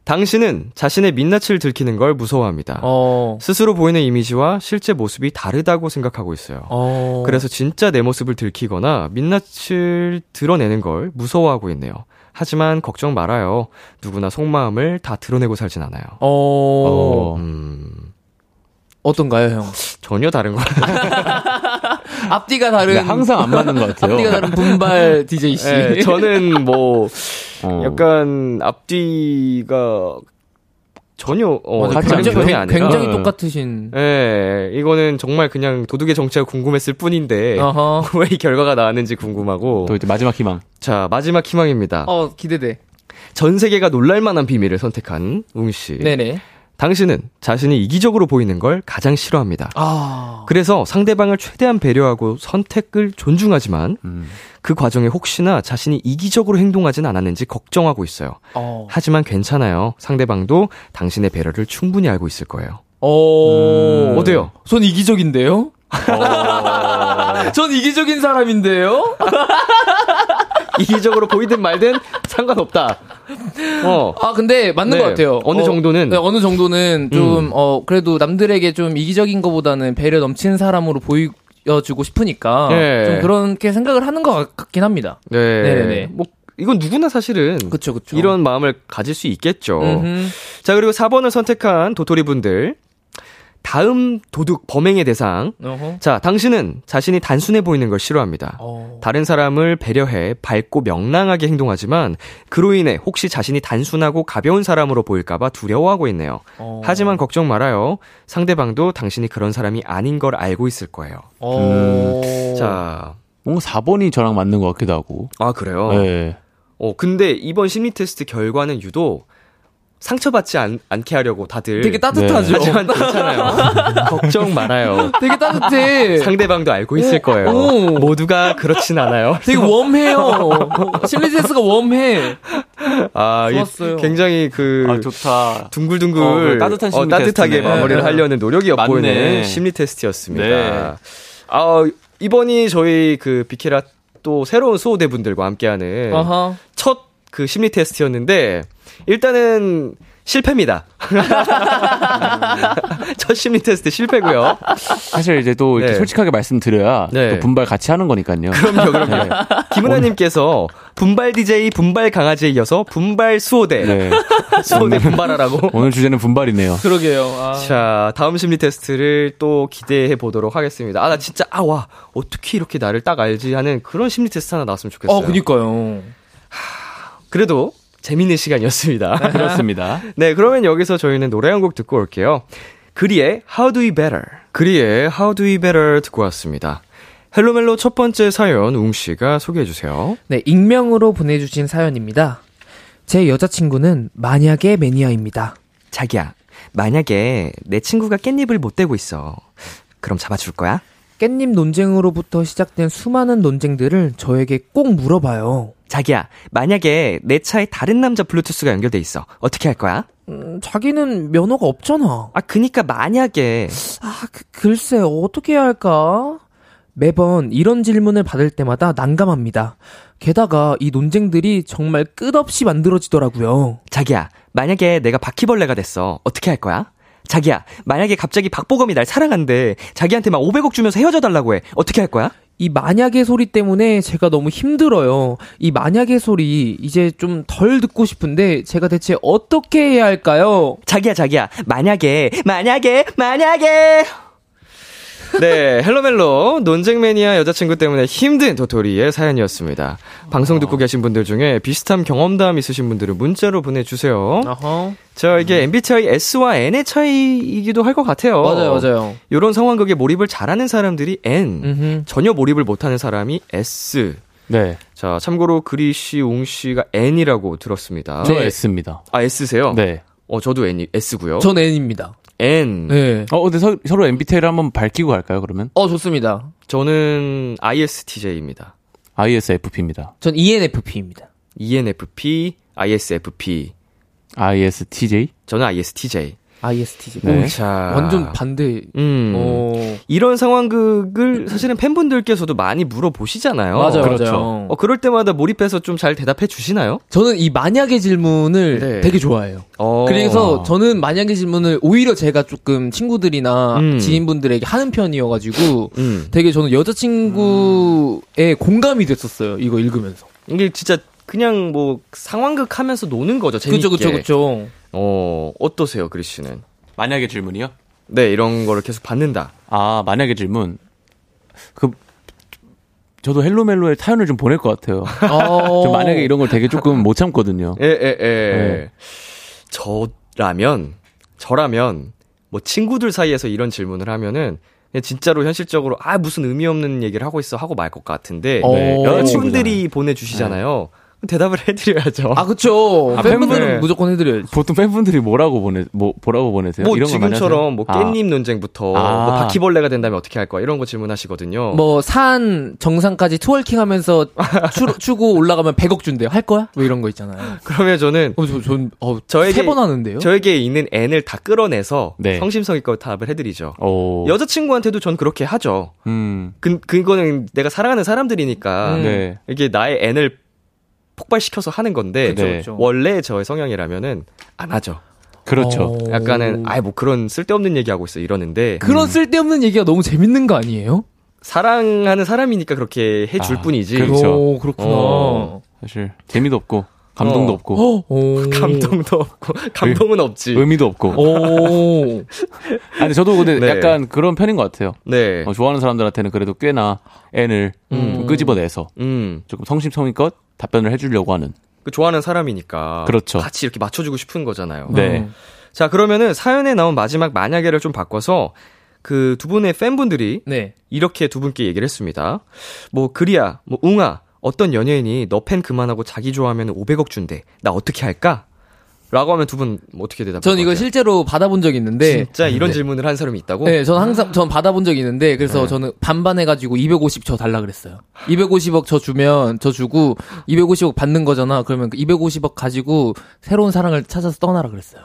Speaker 2: 당신은 자신의 민낯을 들키는 걸 무서워합니다.
Speaker 4: 어.
Speaker 2: 스스로 보이는 이미지와 실제 모습이 다르다고 생각하고 있어요.
Speaker 4: 어.
Speaker 2: 그래서 진짜 내 모습을 들키거나 민낯을 드러내는 걸 무서워하고 있네요. 하지만 걱정 말아요. 누구나 속마음을 다 드러내고 살진 않아요.
Speaker 4: 어.
Speaker 5: 어.
Speaker 2: 음,
Speaker 4: 어떤가요, 형?
Speaker 2: 전혀 다른 거
Speaker 4: 앞뒤가 다른.
Speaker 5: 근데 항상 안 맞는 것 같아요.
Speaker 4: 앞뒤가 다른 [LAUGHS] 분발 DJ 씨.
Speaker 2: 예, 저는 뭐
Speaker 5: 어.
Speaker 2: [LAUGHS] 약간 앞뒤가 전혀 어,
Speaker 4: 맞아, 뭐
Speaker 2: 다른
Speaker 4: 굉장히,
Speaker 2: 편이
Speaker 4: 굉장히,
Speaker 2: 아니라
Speaker 5: 어.
Speaker 4: 똑같으신.
Speaker 2: 예, 이거는 정말 그냥 도둑의 정체가 궁금했을
Speaker 4: 네.
Speaker 2: 뿐인데
Speaker 4: 어허.
Speaker 2: [LAUGHS] 왜 이 결과가 나왔는지 궁금하고
Speaker 5: 또 이제 마지막 희망.
Speaker 2: 자 마지막 희망입니다.
Speaker 4: 어, 기대돼.
Speaker 2: 전 세계가 놀랄만한 비밀을 선택한 웅 씨.
Speaker 4: 네네.
Speaker 2: 당신은 자신이 이기적으로 보이는 걸 가장 싫어합니다.
Speaker 4: 아.
Speaker 2: 그래서 상대방을 최대한 배려하고 선택을 존중하지만
Speaker 5: 음.
Speaker 2: 그 과정에 혹시나 자신이 이기적으로 행동하진 않았는지 걱정하고 있어요.
Speaker 4: 어.
Speaker 2: 하지만 괜찮아요. 상대방도 당신의 배려를 충분히 알고 있을 거예요. [LAUGHS]
Speaker 4: 오.
Speaker 5: 음.
Speaker 2: 어때요?
Speaker 4: 전 이기적인데요?
Speaker 5: 어.
Speaker 4: [LAUGHS] 전 이기적인 사람인데요?
Speaker 2: 이기적으로 보이든 말든 상관없다. 어.
Speaker 4: 아, 근데 맞는
Speaker 2: 네,
Speaker 4: 것 같아요.
Speaker 2: 어느
Speaker 4: 어,
Speaker 2: 정도는?
Speaker 4: 네, 어느 정도는 좀, 어, 그래도 남들에게 좀 이기적인 것보다는 배려 넘치는 사람으로 보여주고 싶으니까.
Speaker 2: 예.
Speaker 4: 좀 그렇게 생각을 하는 것 같긴 합니다.
Speaker 2: 네.
Speaker 4: 네네네.
Speaker 2: 뭐 이건 누구나 사실은
Speaker 4: 그쵸, 그쵸.
Speaker 2: 이런 마음을 가질 수 있겠죠.
Speaker 4: 음흠.
Speaker 2: 자, 그리고 4번을 선택한 도토리 분들. 다음 도둑 범행의 대상.
Speaker 4: 어허.
Speaker 2: 자, 당신은 자신이 단순해 보이는 걸 싫어합니다.
Speaker 4: 어.
Speaker 2: 다른 사람을 배려해 밝고 명랑하게 행동하지만 그로 인해 혹시 자신이 단순하고 가벼운 사람으로 보일까봐 두려워하고 있네요.
Speaker 4: 어.
Speaker 2: 하지만 걱정 말아요. 상대방도 당신이 그런 사람이 아닌 걸 알고 있을 거예요.
Speaker 4: 어.
Speaker 2: 그, 자,
Speaker 5: 뭔가 4번이 저랑 맞는 것 같기도 하고.
Speaker 2: 아 그래요.
Speaker 5: 네.
Speaker 2: 어 근데 이번 심리 테스트 결과는 유독 상처받지 않, 게 하려고 다들
Speaker 4: 되게 따뜻하죠?
Speaker 2: 네. 하지만 괜찮아요. 걱정 말아요.
Speaker 4: [LAUGHS] 되게 따뜻해.
Speaker 2: 상대방도 알고 있을
Speaker 4: 네.
Speaker 2: 거예요.
Speaker 4: 오.
Speaker 2: 모두가 그렇진 않아요. [LAUGHS]
Speaker 4: 되게 웜해요. 실리세스가 웜해.
Speaker 2: 아, 이
Speaker 4: 좋았어요.
Speaker 2: 굉장히 그
Speaker 5: 아, 좋다.
Speaker 2: 둥글둥글
Speaker 5: 어, 그 따뜻한 심리
Speaker 2: 따뜻하게
Speaker 5: 테스트네.
Speaker 2: 마무리를
Speaker 4: 네.
Speaker 2: 하려는 노력이 엿보이는
Speaker 5: 맞네.
Speaker 2: 심리 테스트였습니다.
Speaker 5: 네.
Speaker 2: 아, 이번이 저희 그 비케라 또 새로운 수호대 분들과 함께하는
Speaker 4: 아하.
Speaker 2: 첫 그 심리 테스트였는데 일단은 실패입니다.
Speaker 5: 음.
Speaker 2: [LAUGHS] 첫 심리 테스트 실패고요.
Speaker 5: 사실 이제 또 이렇게
Speaker 2: 네.
Speaker 5: 솔직하게 말씀드려야
Speaker 2: 네.
Speaker 5: 또 분발 같이 하는 거니까요.
Speaker 2: 그럼요,
Speaker 5: 네.
Speaker 2: 그럼요. 김은아님께서 분발 DJ 분발 강아지에 이어서 분발 수호대
Speaker 5: 네.
Speaker 2: [LAUGHS] 수호대 분발하라고.
Speaker 5: 오늘 주제는 분발이네요.
Speaker 4: 그러게요. 아.
Speaker 2: 자, 다음 심리 테스트를 또 기대해 보도록 하겠습니다. 아, 나 진짜, 아, 와, 어떻게 이렇게
Speaker 5: 어,
Speaker 2: 나를 딱 알지 하는 그런 심리 테스트 하나 나왔으면 좋겠어요.
Speaker 4: 어, 그니까요.
Speaker 2: 그래도 재밌는 시간이었습니다.
Speaker 5: [LAUGHS] 그렇습니다.
Speaker 2: 네, 그러면 여기서 저희는 노래 한 곡 듣고 올게요. 그리의 How Do We Better. 그리의 How Do We Better 듣고 왔습니다. 헬로멜로 첫 번째 사연 웅 씨가 소개해 주세요.
Speaker 6: 네, 익명으로 보내주신 사연입니다. 제 여자친구는 만약의 매니아입니다.
Speaker 7: 자기야, 만약에 내 친구가 깻잎을 못 대고 있어. 그럼 잡아줄 거야?
Speaker 6: 깻잎 논쟁으로부터 시작된 수많은 논쟁들을 저에게 꼭 물어봐요.
Speaker 7: 자기야, 만약에 내 차에 다른 남자 블루투스가 연결돼 있어. 어떻게 할 거야?
Speaker 6: 음, 자기는 면허가 없잖아.
Speaker 7: 아, 그니까 만약에.
Speaker 6: 아, 그- 글쎄, 어떻게 해야 할까? 매번 이런 질문을 받을 때마다 난감합니다. 게다가 이 논쟁들이 정말 끝없이 만들어지더라고요.
Speaker 7: 자기야, 만약에 내가 바퀴벌레가 됐어. 어떻게 할 거야? 자기야, 만약에 갑자기 박보검이 날 사랑한대. 자기한테만 500억 주면서 헤어져 달라고 해. 어떻게 할 거야?
Speaker 6: 이 만약의 소리 때문에 제가 너무 힘들어요. 이 만약의 소리 이제 좀 덜 듣고 싶은데 제가 대체 어떻게 해야 할까요?
Speaker 7: 자기야, 자기야, 만약에, 만약에, 만약에!
Speaker 2: 네, 헬로멜로 논쟁 매니아 여자친구 때문에 힘든 도토리의 사연이었습니다. 방송 듣고 계신 분들 중에 비슷한 경험담 있으신 분들은 문자로 보내주세요.
Speaker 6: 어허.
Speaker 2: 자, 이게 MBTI S와 N의 차이이기도 할 것 같아요.
Speaker 6: 맞아요, 맞아요.
Speaker 2: 이런 상황극에 몰입을 잘하는 사람들이 N,
Speaker 6: 음흠.
Speaker 2: 전혀 몰입을 못하는 사람이 S.
Speaker 5: 네.
Speaker 2: 자, 참고로 그리 씨, 웅 씨가 N이라고 들었습니다.
Speaker 5: 저 S입니다.
Speaker 2: 아, S세요?
Speaker 5: 네.
Speaker 2: 어, 저도 N, S고요.
Speaker 6: 전 N입니다.
Speaker 2: N.
Speaker 6: 네.
Speaker 5: 어, 근데 서, 서로 MBTI를 한번 밝히고 갈까요, 그러면?
Speaker 6: 어, 좋습니다.
Speaker 2: 저는 ISTJ입니다.
Speaker 5: ISFP입니다.
Speaker 6: 전 E ENFP입니다.
Speaker 2: E ENFP, ISFP.
Speaker 5: ISTJ?
Speaker 2: 저는 ISTJ.
Speaker 6: ISTJ.
Speaker 5: 네.
Speaker 2: 자.
Speaker 6: 완전 반대.
Speaker 2: 음.
Speaker 6: 어.
Speaker 2: 이런 상황극을 사실은 팬분들께서도 많이 물어보시잖아요.
Speaker 6: 맞아요,
Speaker 5: 그렇죠.
Speaker 6: 맞아요.
Speaker 2: 어, 그럴 때마다 몰입해서 좀 잘 대답해 주시나요?
Speaker 6: 저는 이 만약의 질문을
Speaker 2: 네.
Speaker 6: 되게 좋아해요.
Speaker 2: 어.
Speaker 6: 그래서 저는 만약의 질문을 오히려 제가 조금 친구들이나
Speaker 2: 음.
Speaker 6: 지인분들에게 하는 편이어가지고
Speaker 2: 음.
Speaker 6: 되게 저는 여자친구의 공감이 됐었어요. 이거 읽으면서.
Speaker 2: 이게 진짜 그냥 뭐 상황극 하면서 노는 거죠. 재밌게.
Speaker 6: 그쵸, 그쵸, 그쵸.
Speaker 2: 어, 어떠세요, 그리 씨는?
Speaker 5: 만약의 질문이요?
Speaker 2: 네, 이런 거를 계속 받는다.
Speaker 5: 아, 만약의 질문. 그, 저도 헬로멜로에 타연을 좀 보낼 것 같아요. 저 [LAUGHS]
Speaker 6: 어.
Speaker 5: 만약에 이런 걸 되게 조금 못 참거든요.
Speaker 2: 예, 예, 예.
Speaker 5: 네.
Speaker 2: 저라면, 저라면, 뭐 친구들 사이에서 이런 질문을 하면은, 그냥 진짜로 현실적으로, 아, 무슨 의미 없는 얘기를 하고 있어 하고 말 것 같은데,
Speaker 6: 어.
Speaker 5: 네,
Speaker 2: 여러분들이 보내주시잖아요. 그럼 대답을 해드려야죠.
Speaker 6: 아, 그쵸.
Speaker 5: 아,
Speaker 6: 팬분들은
Speaker 2: 팬분들.
Speaker 6: 무조건 해드려야지.
Speaker 5: 보통 팬분들이 뭐라고 보내, 뭐, 뭐라고 보내세요?
Speaker 2: 뭐
Speaker 5: 이런 거 많이 하세요?
Speaker 2: 지금처럼 뭐
Speaker 5: 아,
Speaker 2: 깻잎 논쟁부터
Speaker 5: 아.
Speaker 2: 뭐 바퀴벌레가 된다면 어떻게 할 거야 이런 거 질문하시거든요.
Speaker 6: 뭐 산 정상까지 트월킹 하면서 추고 올라가면 100억 준대요. 할 거야? 뭐 이런 거 있잖아요.
Speaker 2: 그러면 저는
Speaker 6: 그럼 저, 전, 어,
Speaker 2: 저에게-
Speaker 6: 세번 하는데요?
Speaker 2: 저에게 음. 있는 N을 다 끌어내서
Speaker 5: 네.
Speaker 2: 성심성의껏 답을 해드리죠.
Speaker 5: 어,
Speaker 2: 여자친구한테도 전 그렇게 하죠.
Speaker 5: 음,
Speaker 2: 그, 그거는 내가 사랑하는 사람들이니까
Speaker 6: 음.
Speaker 5: 네.
Speaker 2: 이게 나의 N을 폭발시켜서 하는 건데
Speaker 5: 그쵸,
Speaker 2: 네.
Speaker 6: 그쵸.
Speaker 2: 원래 저의 성향이라면은 안 하죠.
Speaker 5: 그렇죠.
Speaker 6: 어.
Speaker 2: 약간은 아예 뭐 그런 쓸데없는 얘기하고 있어 이러는데
Speaker 6: 그런 쓸데없는 얘기가 너무 재밌는 거 아니에요?
Speaker 2: 사랑하는 사람이니까 그렇게 해줄
Speaker 5: 아,
Speaker 2: 뿐이지
Speaker 5: 그럼- 그렇죠.
Speaker 6: 오, 그렇구나.
Speaker 2: 어.
Speaker 5: 사실, 재미도 없고, 감동도
Speaker 2: 어.
Speaker 5: 없고,
Speaker 6: 오.
Speaker 2: 감동도 없고
Speaker 5: 음.
Speaker 2: 감동은 없지.
Speaker 5: 의미도 없고.
Speaker 6: 어. 오.
Speaker 5: 아니, 저도 근데
Speaker 2: 어. 네.
Speaker 5: 약간 그런 편인 것 같아요.
Speaker 2: 네.
Speaker 5: 어, 좋아하는 사람들한테는 그래도 꽤나 N을 좀 끄집어내서
Speaker 2: 음.
Speaker 5: 조금 성심성의껏 답변을 해주려고 하는.
Speaker 2: 그 좋아하는 사람이니까
Speaker 5: 그렇죠.
Speaker 2: 같이 이렇게 맞춰주고 싶은 거잖아요.
Speaker 5: 네.
Speaker 2: 자 그러면은 사연에 나온 마지막 만약에를 좀 바꿔서 그 두 분의 팬분들이
Speaker 6: 네.
Speaker 2: 이렇게 두 분께 얘기를 했습니다. 뭐 그리야, 뭐 웅아, 어떤 연예인이 너 팬 그만하고 자기 좋아하면 500억 준대. 나 어떻게 할까? 라고 하면 두 분뭐 어떻게 대답할
Speaker 6: 전
Speaker 2: 것
Speaker 6: 이거
Speaker 2: 같아요?
Speaker 6: 실제로 받아본 적이 있는데.
Speaker 2: 진짜 이런 질문을 한 사람이 있다고? 네.
Speaker 6: 네, 전 항상, 전 받아본 적이 있는데, 그래서 저는 반반 해가지고 250 저 달라 그랬어요. 250억 저 주면, 저 주고, 250억 받는 거잖아. 그러면 그 250억 가지고, 새로운 사랑을 찾아서 떠나라 그랬어요.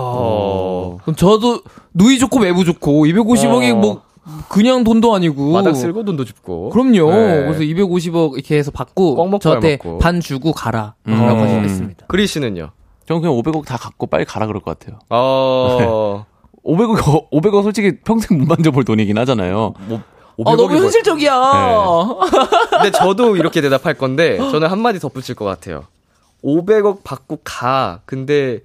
Speaker 2: 어.
Speaker 6: 그럼 저도, 누이 좋고 매부 좋고, 250억이
Speaker 2: 어.
Speaker 6: 뭐, 그냥 돈도 아니고.
Speaker 2: 마당 쓸고 돈도 줍고.
Speaker 6: 그럼요.
Speaker 2: 네.
Speaker 6: 그래서 250억 이렇게 해서
Speaker 2: 꽉
Speaker 6: 받고
Speaker 2: 먹고
Speaker 6: 저한테
Speaker 2: 알 먹고.
Speaker 6: 반 주고 가라
Speaker 5: 음.
Speaker 6: 라고
Speaker 5: 음.
Speaker 6: 하셨습니다.
Speaker 2: 그리 씨는요?
Speaker 5: 저는 그냥 500억 다 갖고 빨리 가라 그럴 것 같아요.
Speaker 6: [LAUGHS] 아,
Speaker 2: 어.
Speaker 5: 500억, [LAUGHS] 어, 500억 솔직히 평생 못 만져볼 돈이긴 하잖아요.
Speaker 2: 뭐 네.
Speaker 6: 아
Speaker 2: 500억이
Speaker 6: 너무 현실적이야.
Speaker 2: 근데 저도 이렇게 대답할 건데 저는 한마디 덧붙일 것 같아요. 500억 받고 가. 근데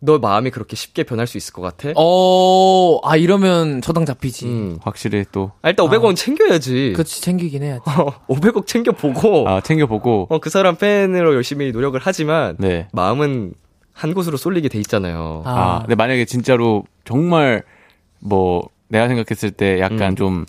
Speaker 2: 너 마음이 그렇게 쉽게 변할 수 있을 것 같아?
Speaker 6: 어, 아, 이러면 저당 잡히지.
Speaker 2: 음.
Speaker 5: 확실히 또
Speaker 2: 아, 일단 500원 챙겨야지.
Speaker 6: 그렇지, 챙기긴 해야지.
Speaker 2: 어, 500억 챙겨보고,
Speaker 5: 아, 챙겨보고
Speaker 2: 어, 그 사람 팬으로 열심히 노력을 하지만,
Speaker 5: 네.
Speaker 2: 마음은 한 곳으로 쏠리게 돼 있잖아요.
Speaker 6: 아.
Speaker 5: 아, 근데 만약에 진짜로 정말 뭐 내가 생각했을 때 약간
Speaker 2: 음.
Speaker 5: 좀